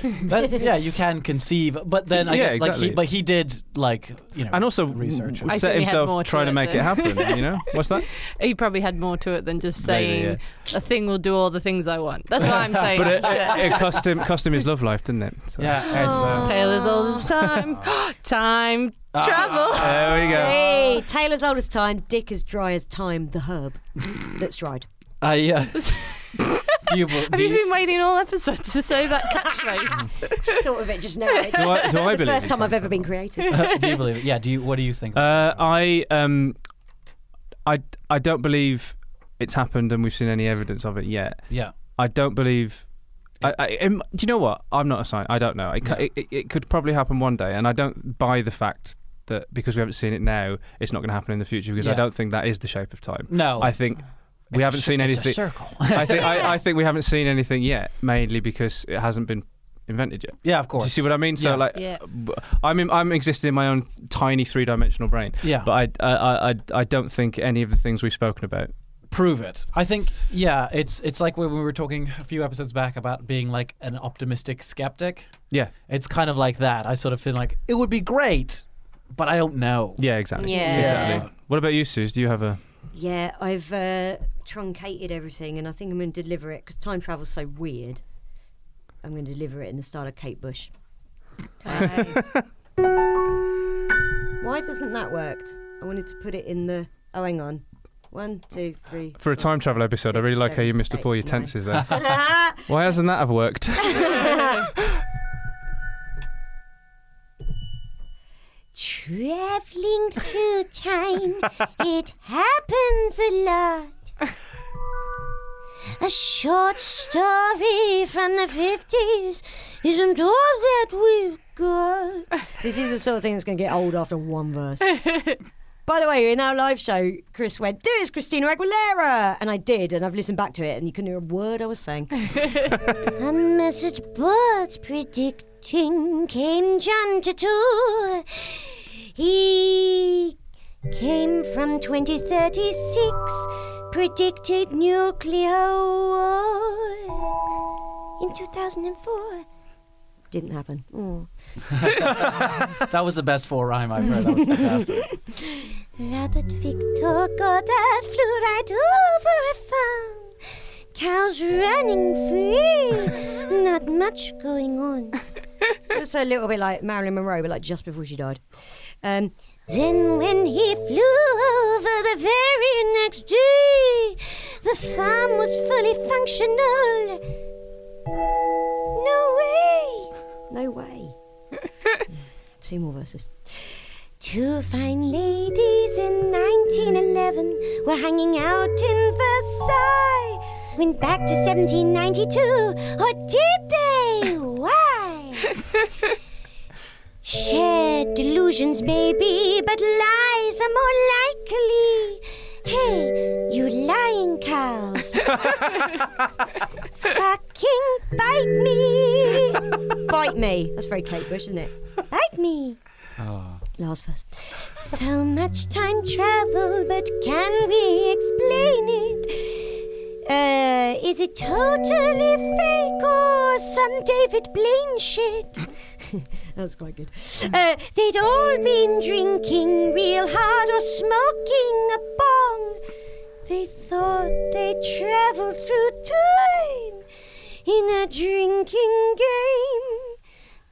Speaker 3: [laughs]
Speaker 2: gorgeous.
Speaker 1: But yeah, you can conceive. But then I
Speaker 3: Yeah,
Speaker 1: guess like
Speaker 3: exactly.
Speaker 1: he, but he did like you know
Speaker 3: And also
Speaker 1: research.
Speaker 3: w-
Speaker 4: I
Speaker 3: set
Speaker 4: think we had
Speaker 3: himself
Speaker 4: more to
Speaker 3: trying to
Speaker 4: it
Speaker 3: make it
Speaker 4: than-
Speaker 3: happen. You know what's
Speaker 4: [laughs]
Speaker 3: that?
Speaker 4: he probably had more to it than just
Speaker 3: Maybe,
Speaker 4: saying a thing will do all the things I want. That's what I'm saying.
Speaker 3: [laughs] But it, it, it cost him cost him his love life, didn't it? So-
Speaker 1: yeah, it's, uh,
Speaker 4: Tale as old
Speaker 3: [laughs]
Speaker 4: as time. [gasps] time
Speaker 3: Ah,
Speaker 4: travel.
Speaker 3: There we go.
Speaker 2: Hey, tail as old as time, dick as dry as time, the herb that's dried.
Speaker 1: I,
Speaker 4: [laughs]
Speaker 1: uh, do you, do
Speaker 4: Have you been waiting all episodes to say that catchphrase?
Speaker 3: [laughs]
Speaker 2: Just thought of it just now. It's,
Speaker 3: Do I, do I
Speaker 2: it's the
Speaker 3: believe
Speaker 2: first
Speaker 3: in
Speaker 2: time I've
Speaker 3: time
Speaker 2: ever been
Speaker 1: [laughs]
Speaker 2: creative.
Speaker 1: do
Speaker 4: [laughs]
Speaker 1: you believe it? Yeah. Do you? What do you think?
Speaker 3: Uh, I um, I I don't believe it's happened, and we've seen any evidence of it yet.
Speaker 1: yeah.
Speaker 3: I don't believe. I, I, em- do you know what? I'm not a scientist. I don't know. It, cou- it, it, it could probably happen one day, and I don't buy the fact that because we haven't seen it now, it's not going to happen in the future. Because I
Speaker 1: Yeah.
Speaker 3: don't think that is the shape of time.
Speaker 1: No.
Speaker 3: I think we haven't seen anything.
Speaker 1: It's a
Speaker 3: [laughs]
Speaker 1: circle.
Speaker 3: I think
Speaker 1: [laughs]
Speaker 3: I, I think we haven't seen anything yet, mainly because it hasn't been invented yet.
Speaker 1: yeah, of course.
Speaker 3: Do you see what I mean? So
Speaker 1: Yeah.
Speaker 3: like,
Speaker 4: Yeah.
Speaker 3: b- I'm in, I'm existing in my own tiny three dimensional brain.
Speaker 1: Yeah.
Speaker 3: But I, I I I don't think any of the things we've spoken about.
Speaker 1: prove it. I think yeah, it's it's like when we were talking a few episodes back about being like an optimistic skeptic.
Speaker 3: Yeah.
Speaker 1: It's kind of like that. I sort of feel like it would be great, but I don't know.
Speaker 3: Yeah. Exactly.
Speaker 2: Yeah.
Speaker 3: Exactly. What about you, Suze? Do you have a?
Speaker 2: Yeah, I've uh, truncated everything, and I think I'm going to deliver it because time travel's so weird. I'm going to deliver it in the style of Kate Bush. Why doesn't that work? I wanted to put it in the. Oh, hang on. One, two, three.
Speaker 3: For a time travel episode, I really like how you missed up all your tenses
Speaker 2: [laughs]
Speaker 3: there. Why hasn't that have worked?
Speaker 2: Traveling through time, it happens a lot. A short story from the 50s isn't all that we've got. [laughs] This is the sort of thing that's going to get old after one verse. [laughs] By the way, in our live show, Chris went, Do it's Christina Aguilera! And I did, and I've listened back to it, and you couldn't hear a word I was saying. [laughs] A message boards predicting came John to do. He came from 2036,
Speaker 6: predicted nuclear war in 2004.
Speaker 2: Didn't happen. Mm.
Speaker 1: That was the best four rhyme I've heard. That was
Speaker 3: [laughs]
Speaker 1: fantastic.
Speaker 6: Robert Victor Goddard flew right over a farm. Cows running free, not much going on.
Speaker 2: [laughs] So it's a little bit like Marilyn Monroe, but like just before she died. Um,
Speaker 6: Then when he flew over the very next day, the farm was fully functional. No way! [laughs]
Speaker 2: no way. Hmm. Two more verses.
Speaker 6: Two fine ladies in 1911 were hanging out in Versailles. Went back to 1792, or did they?
Speaker 2: [laughs]
Speaker 6: Why? Shared delusions, maybe, but lies are more likely. Hey, you lying
Speaker 2: [laughs]
Speaker 6: cows. Fucking bite me.
Speaker 2: Bite me. That's very Kate Bush, isn't it?
Speaker 6: Bite me.
Speaker 2: Last verse.
Speaker 6: So much time travel, but can we explain it? Uh, is it totally fake or some David Blaine shit? [laughs]
Speaker 2: That was quite good.
Speaker 6: Uh, they'd all been drinking real hard or smoking a bong. They thought they traveled through time in a drinking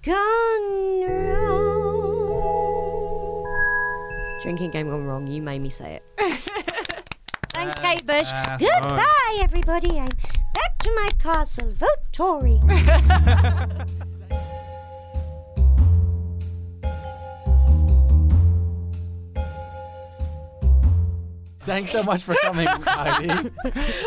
Speaker 6: game gone wrong.
Speaker 2: Drinking game gone wrong. You made me say it.
Speaker 6: Thanks, Kate Bush. Goodbye, everybody. I'm back to my castle. Vote Tory.
Speaker 1: Thanks so much for coming,
Speaker 2: [laughs]
Speaker 1: Heidi.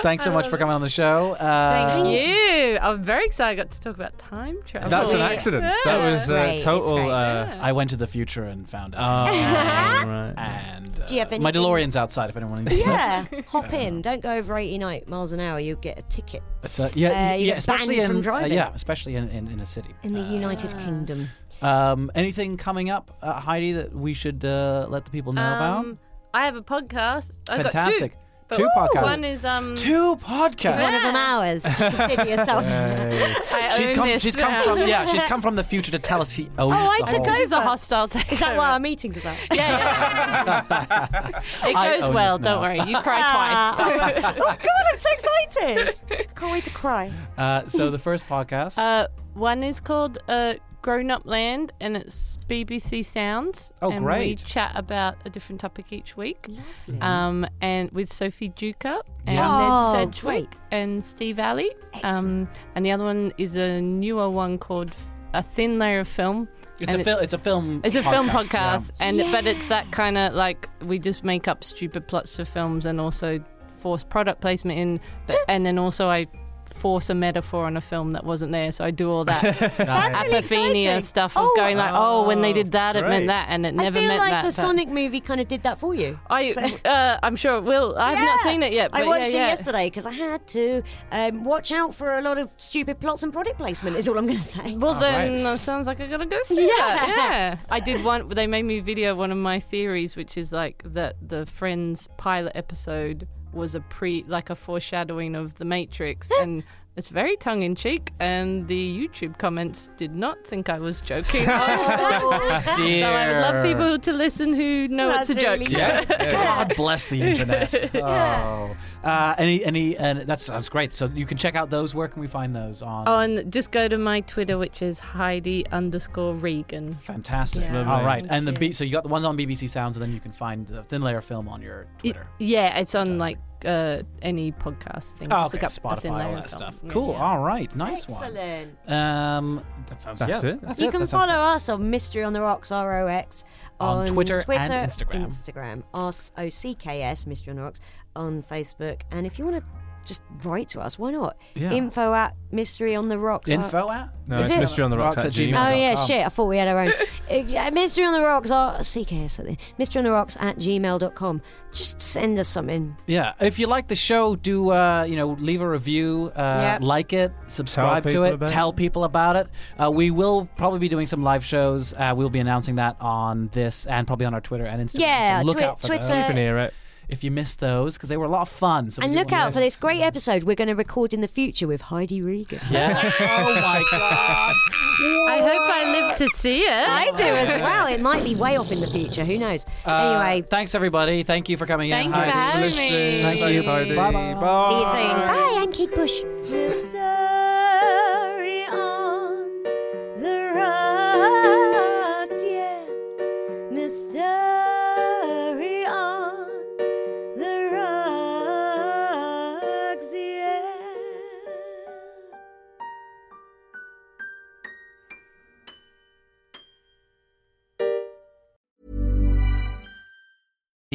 Speaker 1: Thanks so much for coming on the show. Uh,
Speaker 4: Thank you. I'm very excited I got to talk about time travel.
Speaker 3: That's an
Speaker 4: Yeah.
Speaker 3: accident. That
Speaker 4: Yeah.
Speaker 3: was
Speaker 2: great,
Speaker 3: uh,
Speaker 2: it's
Speaker 3: total.
Speaker 2: great. Ah!
Speaker 3: Uh,
Speaker 1: I went to the future and found
Speaker 3: oh,
Speaker 1: out.
Speaker 3: right.
Speaker 1: [laughs] and uh,
Speaker 2: Do you have
Speaker 1: my
Speaker 2: anything-
Speaker 1: DeLorean's outside if anyone needs
Speaker 2: Yeah. Hop in. Don't go over 89 miles an hour. You'll get a ticket
Speaker 1: It's, uh, yeah,
Speaker 2: Uh, you
Speaker 1: yeah,
Speaker 2: get
Speaker 1: especially
Speaker 2: banned
Speaker 1: in
Speaker 2: from driving.
Speaker 1: uh, yeah, especially in, in, in a city.
Speaker 2: in the United Kingdom.
Speaker 1: Um, anything coming up, uh, Heidi, that we should uh, let the people know
Speaker 4: Um, I have a podcast. I've got two,
Speaker 1: Fantastic.
Speaker 4: but
Speaker 1: Two podcasts.
Speaker 4: One is um.
Speaker 1: about? Two
Speaker 2: It's one
Speaker 1: podcasts.
Speaker 2: of them hours. Consider yourself.
Speaker 4: I
Speaker 1: She's
Speaker 4: own
Speaker 1: come.
Speaker 4: this.
Speaker 1: She's come from.
Speaker 4: [laughs]
Speaker 1: Yeah, she's come from the future to tell us she owns.
Speaker 4: Oh, I
Speaker 1: the
Speaker 4: took
Speaker 1: whole.
Speaker 4: over the hostile takeover.
Speaker 2: Is [laughs] that what our meeting's about?
Speaker 4: It
Speaker 1: I
Speaker 4: goes
Speaker 1: own
Speaker 4: well.
Speaker 1: this
Speaker 4: Don't
Speaker 1: now.
Speaker 4: worry. You
Speaker 2: [laughs]
Speaker 4: cry twice.
Speaker 2: Oh, God, I'm so excited. I can't wait to cry.
Speaker 1: [laughs] Uh, so the first podcast.
Speaker 4: Uh, one is called uh, Grown Up Land, and it's BBC Sounds.
Speaker 1: Oh,
Speaker 4: and We
Speaker 1: great.
Speaker 4: chat about a different topic each week. Lovely. Um, and with Sophie Duca and
Speaker 1: Yeah.
Speaker 2: Oh,
Speaker 4: Ned Sedgwick
Speaker 2: great.
Speaker 4: and Steve Alley. Um, and the other one is a newer one called F- A Thin Layer of Film.
Speaker 1: it's
Speaker 4: and
Speaker 1: a film. It's a film.
Speaker 4: It's a film
Speaker 1: yeah.
Speaker 4: podcast, and but it's that kind of like we just make up stupid plots of films and also force product placement in, but, and then also I force a metaphor on a film that wasn't there, so I do all that
Speaker 1: Nice.
Speaker 4: apophenia stuff of
Speaker 2: Oh,
Speaker 4: going like, oh, when they did that, it
Speaker 3: great.
Speaker 4: meant that, and it never
Speaker 2: I feel
Speaker 4: meant
Speaker 2: like
Speaker 4: that.
Speaker 2: the
Speaker 4: but-
Speaker 2: Sonic movie kind of did that for you.
Speaker 4: I,
Speaker 2: So-
Speaker 4: uh, I'm sure it will. I've not
Speaker 2: Yeah.
Speaker 4: seen it yet. But
Speaker 2: I
Speaker 4: yeah,
Speaker 2: watched
Speaker 4: yeah.
Speaker 2: it yesterday because I had to um, watch out for a lot of stupid plots and product placement. Is all I'm going
Speaker 1: [laughs]
Speaker 2: to say. [laughs]
Speaker 4: Well,
Speaker 1: Oh,
Speaker 4: then
Speaker 1: right.
Speaker 4: that sounds like I gotta go see that. Yeah, I did one. They made me video one of my theories, which is like that the Friends pilot episode was a pre, like a foreshadowing of
Speaker 2: [gasps]
Speaker 4: the Matrix, and it's very tongue in cheek. And the YouTube comments did not think I was
Speaker 2: [laughs]
Speaker 4: joking.
Speaker 2: Oh.
Speaker 1: Dear.
Speaker 4: [laughs] So I would love people to listen who know it's a
Speaker 2: That's
Speaker 4: joke.
Speaker 2: really
Speaker 3: Yeah.
Speaker 2: [laughs]
Speaker 3: yeah.
Speaker 1: God bless the internet.
Speaker 4: [laughs]
Speaker 1: Oh, uh, any, any, and that's that's great. So you can check out those. Where can we find those on?
Speaker 4: On just go to my Twitter, which is Heidi underscore Regan.
Speaker 1: Fantastic.
Speaker 4: Yeah. Lovely.
Speaker 1: All right, and the
Speaker 4: Thank
Speaker 1: B, so you got the ones on BBC Sounds, and then you can find the Thin Layer film on your
Speaker 4: Y-
Speaker 1: Twitter.
Speaker 4: Yeah, it's on like uh, any podcast thing.
Speaker 1: Oh,
Speaker 4: Just
Speaker 1: okay.
Speaker 4: look up a
Speaker 1: Spotify,
Speaker 4: Thin
Speaker 1: all
Speaker 4: Layer
Speaker 1: that
Speaker 4: Film.
Speaker 1: stuff.
Speaker 4: Yeah,
Speaker 1: Cool.
Speaker 4: yeah.
Speaker 1: All right, nice
Speaker 2: Excellent.
Speaker 1: one. Um, that sounds.
Speaker 3: That's
Speaker 1: yeah,
Speaker 3: it.
Speaker 1: That's
Speaker 2: you
Speaker 1: it.
Speaker 2: can
Speaker 1: that sounds
Speaker 2: follow us on Mystery on the Rocks R O X
Speaker 1: On Twitter and Instagram.
Speaker 2: Instagram R O C K S Mystery on the Rocks on Facebook, and if you want to just write to us, why not?
Speaker 1: Yeah.
Speaker 2: Info at Mystery on the Rocks.
Speaker 1: Info at.
Speaker 3: No,
Speaker 2: Is
Speaker 3: it's
Speaker 2: it?
Speaker 3: mystery on the rocks,
Speaker 1: Rocks
Speaker 3: at
Speaker 1: at
Speaker 3: Gmail.
Speaker 1: Gmail.
Speaker 2: Oh
Speaker 1: dot
Speaker 2: yeah,
Speaker 1: com.
Speaker 2: shit. I thought we had
Speaker 1: [laughs]
Speaker 2: our own. uh, Mystery on the Rocks, R- CKS, I think. Mystery on the Rocks at gmail.com. Just send us something.
Speaker 1: Yeah, if you like the show, do uh, you know leave a review, uh,
Speaker 2: Yeah.
Speaker 1: like it, subscribe to
Speaker 3: people
Speaker 1: it,
Speaker 3: about
Speaker 1: tell people about it. Uh, we will probably be doing some live shows. Uh, we'll be announcing that on this and probably on our Twitter and Instagram.
Speaker 2: Yeah,
Speaker 1: so look
Speaker 2: Twi-
Speaker 1: out for
Speaker 2: Twitter.
Speaker 1: those.
Speaker 3: Keep an ear out.
Speaker 1: if you missed those because they were a lot of fun. So we
Speaker 2: And
Speaker 1: didn't
Speaker 2: look
Speaker 1: wanna
Speaker 2: out for
Speaker 1: miss-
Speaker 2: this great episode we're going to record in the future with Heidi Regan.
Speaker 1: [laughs] Yeah. oh my god.
Speaker 4: I hope I live to see it.
Speaker 2: I do as well. It might be way off in the future. Who knows?
Speaker 1: Uh,
Speaker 2: anyway,
Speaker 1: thanks everybody. Thank you for coming
Speaker 4: Thank
Speaker 1: in.
Speaker 4: you
Speaker 1: Hi,
Speaker 4: for
Speaker 1: it's
Speaker 4: having
Speaker 1: Felicia.
Speaker 4: me.
Speaker 1: Thank you.
Speaker 3: Thanks, Heidi.
Speaker 1: Bye-bye.
Speaker 3: Bye.
Speaker 2: see you soon.
Speaker 6: Bye, I'm Kate Bush. Mystery on the rocks, yeah. Mystery on the rocks, yeah.